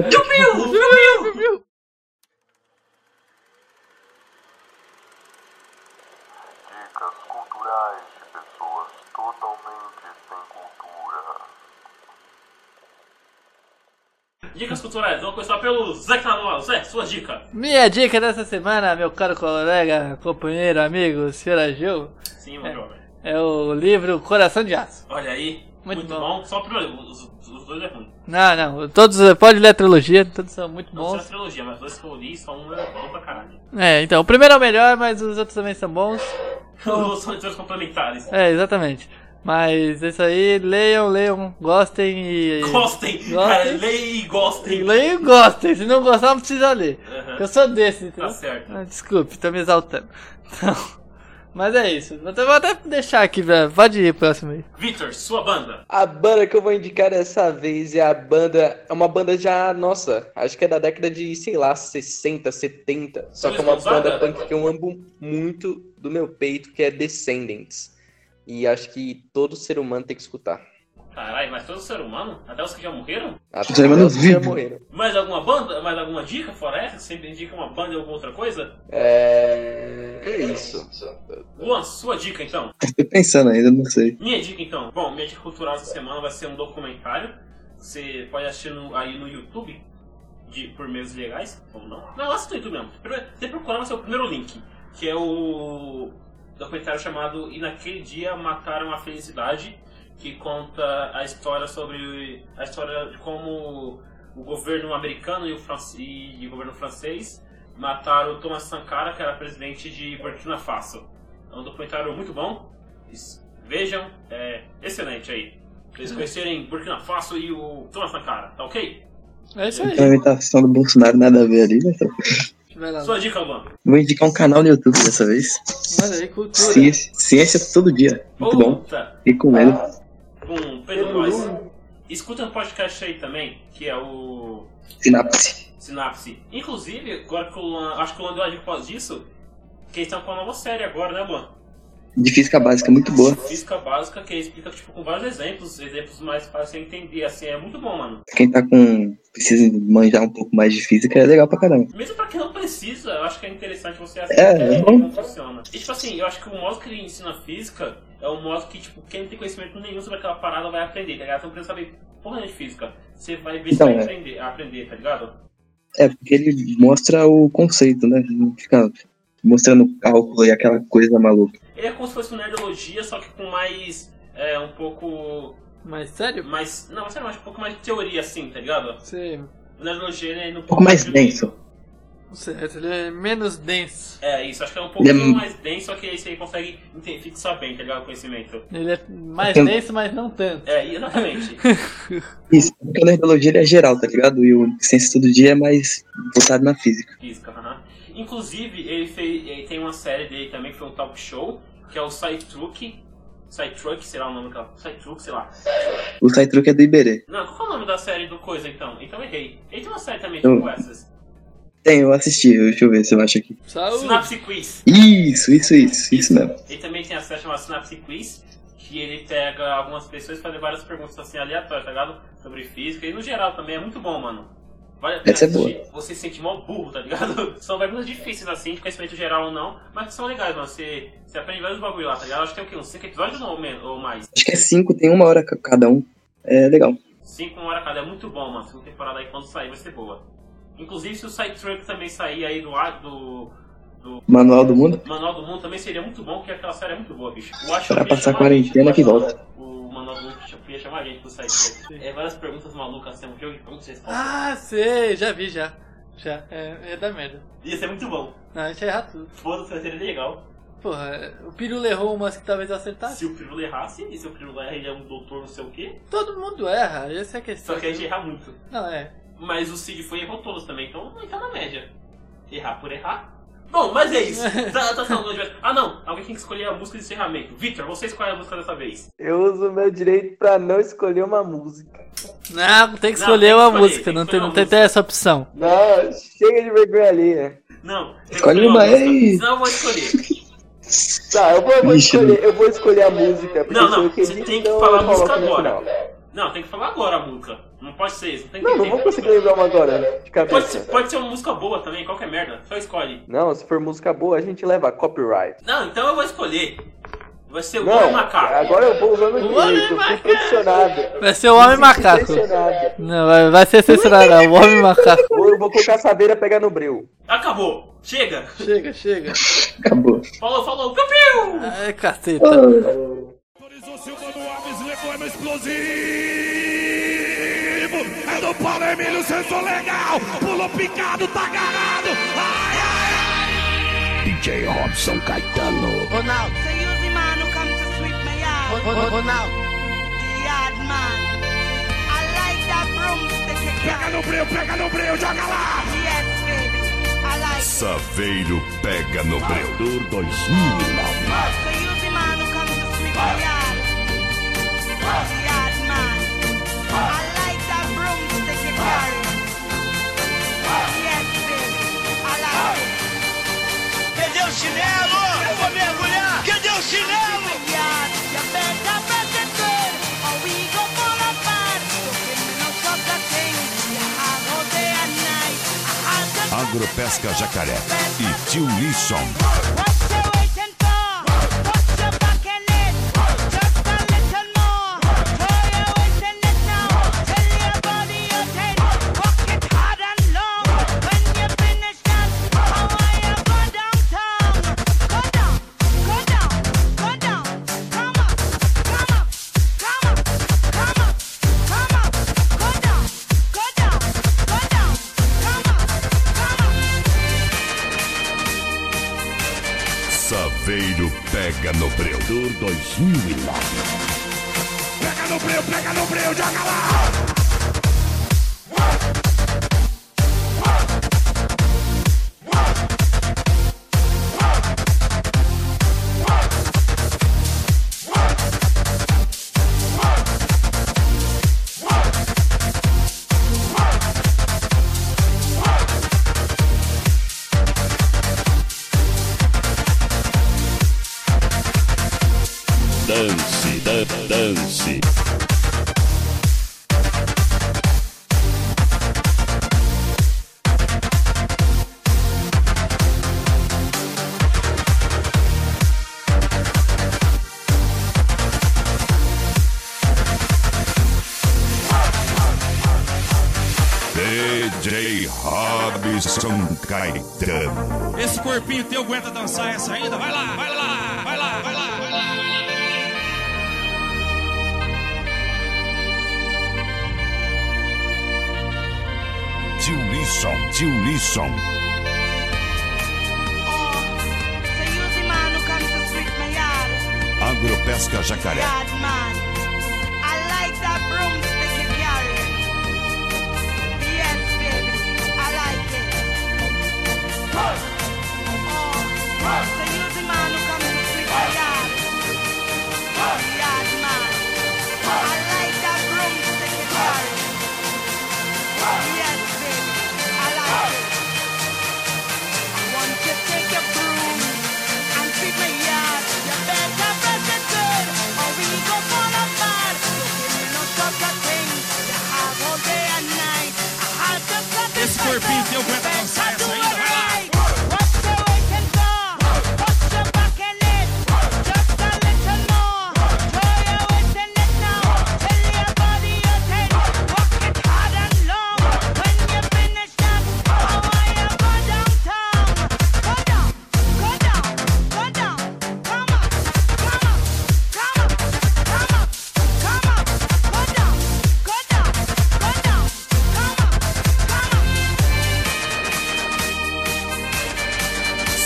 O: Dicas culturais de pessoas totalmente sem cultura.
A: Dicas culturais. Vamos começar pelo Zé Canoa. Zé, sua dica.
B: Minha dica dessa semana, meu caro colega, companheiro, amigo, senhora Gil,
A: Sim, meu jovem.
B: é o livro Coração de Aço.
A: Olha aí. Muito, bom. Só o primeiro. Os, os dois é ruim.
B: Não, não, todos, pode ler a trilogia, todos são muito
A: Não sei a
B: bons.
A: trilogia, mas os dois que eu li são um é bom pra
B: [LAUGHS]
A: caralho.
B: É, então, o primeiro é o melhor, mas os outros também são bons.
A: São leituras complementares.
B: É, exatamente. Mas é isso aí, leiam, leiam, gostem e.
A: Gostem, cara, leia e gostem.
B: Leiam e gostem, se não gostar não precisa ler.
A: Aham.
B: Eu sou desse,
A: Tá certo.
B: Ah, Desculpe, tô me exaltando. Então, mas é isso. Vou até, vou até deixar aqui, velho. Pode ir próximo aí.
A: Victor, sua banda.
C: A banda que eu vou indicar dessa vez é a banda. É uma banda já, nossa, acho que é da década de, sei lá, 60, 70. Só que é uma
A: Luiz Gonzaga?
C: banda punk que eu amo muito do meu peito, que é Descendants. E acho que todo ser humano tem que escutar.
A: Caralho, mas todo ser humano? Até os que já morreram?
C: Até
D: Ser humano
C: os que já
D: vivo.
C: morreram.
A: Mais alguma banda? Mais alguma dica fora essa? Sempre indica uma banda e alguma outra coisa?
C: É. É isso.
A: Luan, sua dica então.
D: Tô pensando ainda, não sei.
A: Minha dica então. Bom, minha dica cultural essa semana vai ser um documentário. Você pode assistir no- aí no YouTube de, por meios legais, ou não. Não, assista no YouTube mesmo. Primeiro- Você procurar vai ser o primeiro link, que é o documentário chamado E Naquele Dia Mataram a Felicidade, que conta a história sobre. a história de como o governo americano e o, france- e- e o governo francês mataram o Thomas Sankara, que era presidente de Burkina Faso. É um documentário muito bom. Es- Vejam, é excelente aí. Pra Eles conhecerem Burkina Faso e o Thomas Sankara, tá ok?
B: É isso
D: A alimentação do Bolsonaro nada a ver ali, mas tá.
A: Sua dica, Luan.
D: Vou indicar um canal no YouTube dessa vez.
B: Olha aí, cultura.
D: Ciência, ciência todo dia.
C: Oh.
D: Muito bom.
A: Puta.
D: Recomendo.
A: Com o Pedro Góes. Escuta um podcast aí também, que é o
D: Sinapse.
A: Sinapse. Inclusive, agora que o Luan, acho que o Luan deu a dica por causa disso, que eles estão com uma nova série agora, né, Luan?
D: De física básica, muito boa.
A: Física básica, que explica tipo, com vários exemplos, exemplos mais fáceis de entender, assim, é muito bom, mano.
D: Quem tá com. precisa manjar um pouco mais de física é legal pra caramba.
A: Mesmo pra quem não precisa, eu acho que é interessante você
D: é bom.
A: como funciona. E tipo assim, eu acho que o modo que ele ensina física é um modo que, tipo, quem não tem conhecimento nenhum sobre aquela parada vai aprender, tá ligado? Você não precisa saber porra nenhuma de física. Você vai ver se
D: Então,
A: vai
D: é.
A: aprender, aprender, tá ligado?
D: É, porque ele mostra o conceito, né? Não fica mostrando cálculo e aquela coisa maluca.
A: Ele é como se fosse um nerdologia, só que com mais. É, um pouco.
B: Mais sério?
A: Mais. Não, mais sério, mas um pouco mais de teoria, assim, tá ligado?
B: Sim.
A: O nerdologia, ele é um
D: Um pouco mais denso.
B: Certo, ele é menos denso.
A: É isso, acho que é um pouquinho
D: Ele é-
A: mais denso, só que aí você consegue ente- fixar bem, tá ligado? O conhecimento.
B: Ele é mais
D: Tem-
B: denso, mas não tanto.
A: É, exatamente.
D: Isso, porque o nerdologia ele é geral, tá ligado? E o ciência todo dia é mais voltado na física.
A: Física, aham. Inclusive, ele, fez, ele tem uma série dele também, que foi um talk show, que é o Cytruck. Cytruck, sei lá o nome daquela. Cytruck, sei lá.
D: O Saitruque é do Iberê.
A: Não, qual que é o nome da série do Coisa então? Então errei. Ele tem uma série também
D: Eu-
A: tipo essas.
D: Tem, eu assisti, eu- deixa eu ver se eu acho aqui.
A: É, Synapse Quiz.
D: Isso, isso, isso, isso mesmo.
A: Ele também tem a série chamada Synapse Quiz, que ele pega algumas pessoas e faz várias perguntas assim aleatórias, tá ligado? Sobre física e no geral também é muito bom, mano. Vale a pena
D: Essa é
A: assistir. Você se sente mó burro, tá ligado? [LAUGHS] São perguntas difíceis assim, de conhecimento geral ou não, mas que são legais, mano. Você, você aprende vários bagulho lá, tá ligado? Acho que tem o quê? Uns 5 episódios ou men- ou mais?
D: Acho que é cinco, tem uma hora ca- cada um. É legal.
A: 5 horas cada, é muito bom, mano. Segunda temporada aí quando sair vai ser boa. Inclusive se o Sidetrack também sair aí do ar do.
D: Manual do Mundo.
A: Manual do Mundo também seria muito bom, porque aquela série é muito boa, bicho. O Acho
D: Pra
A: que ia
D: passar a
A: chamar a gente,
D: quarentena que
A: o Acho-
D: volta.
A: O Manual do Mundo que podia chamar a gente pro Sidetrack. É várias perguntas malucas, assim, um jogo de perguntas e respostas.
B: Ah, sei, já vi já. Já. É, é da merda.
A: Ia ser muito bom.
B: Não, a gente ia errar tudo.
A: Foda-se, vai ser legal.
B: Porra, é, o Pirula errou umas que talvez eu acertasse.
A: Se o Pirula errasse, e se o Pirula erra, ele é um doutor não sei o quê.
B: Todo mundo erra, essa é a questão.
A: Só que a gente erra muito.
B: Não, é.
A: Mas o Cid foi e errou todos também, então não tá na média. Errar por errar. Bom, mas é isso. tá, tá, tá, ah não, alguém tem que escolher a música de encerramento. Victor, você escolhe a música dessa vez.
C: Eu uso meu direito pra não escolher uma música.
B: Não, tem que escolher
A: Não, tem que escolher,
B: uma música,
A: tem que
B: não tem,
A: escolher
B: não
A: uma
B: tem até essa opção.
C: Não, chega de vergonha né? alheia.
A: Não,
B: Escolhe uma
D: é
B: aí.
A: Não, eu vou escolher.
C: Tá, eu vou, eu vou
D: Ixi,
C: escolher, eu vou escolher a música. porque
A: Não,
C: se eu
A: não, você
C: acredito,
A: tem que
C: eu
A: falar a
C: coloco
A: música
C: no
A: agora.
C: final.
A: Não, tem que falar agora a música. Não pode ser isso, não tem
C: Não,
A: que
C: não vou conseguir lembrar uma agora, né, de cabeça.
A: Pode ser, pode ser uma música boa também, qualquer merda. Só escolhe.
C: Não, se for música boa, a gente leva copyright.
A: Não, então eu vou escolher. Vai ser o Homem
C: Não,
A: Macaco.
C: agora eu vou usar meu direito, eu fui pressionado.
B: Vai ser o Homem Macaco. Não, vai, vai ser censurado, não, o Homem Macaco.
C: Ou eu vou colocar a sabeira pegar no breu.
A: Acabou. Chega.
B: Chega, chega.
D: Acabou.
A: Falou, falou. Campeão!
B: Ai, caceta.
L: Silvano Alves reforma explosivo. É do Paulo Emílio Senso Legal. Pulou picado, tá agarrado. Ai, ai, ai. DJ Robson Caetano.
F: Ronaldo. Say you the man who come to sweep my yard.
L: Ro- Ro- Ronaldo.
F: The yard man. I like that broomstick. you
L: Pega
F: got.
L: no breu, pega no breu, joga lá.
F: Yes, baby. I like it.
K: Saveiro pega no Breu 2009.
F: Say you the man who come to sweep my yard. The yard man. I like that broomstick you carry. Yes, baby. I like it. Cadê o chinelo? Eu vou mergulhar. Cadê o chinelo?
K: Agropesca Jacaré e Tio Lisson. Saveiro pega no Breu 2009.
L: Pega no breu, pega no breu, joga lá.
K: Dance, dan- dance. DJ Robson Caetano.
L: Esse corpinho teu aguenta dançar essa ainda? Vai lá, vai lá, vai lá, vai lá, vai lá.
K: Tio Lisson, Tio Lisson. Agropesca Jacaré.
L: Esse corpinho teu aguenta dançar essa ainda? Vai lá.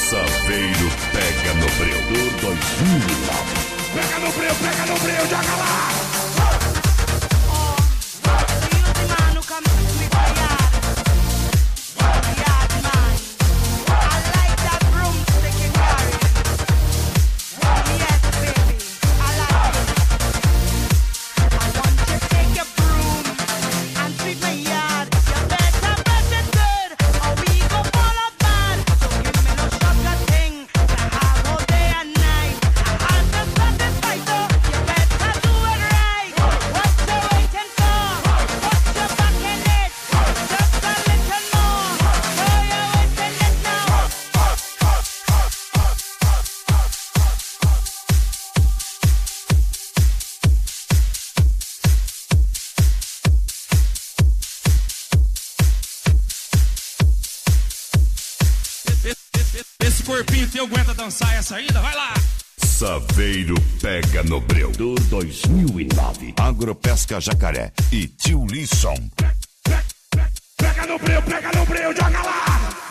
K: Saveiro pega no Breu 2009.
L: Pega no breu, pega no breu, joga lá.
F: Come to sweep my yard.
P: corpinho teu aguenta dançar essa ainda? Vai lá!
F: Saveiro pega no breu. Do 2009. Agropesca Jacaré e Tio Lisson.
P: Pega no breu, pega no breu, joga lá!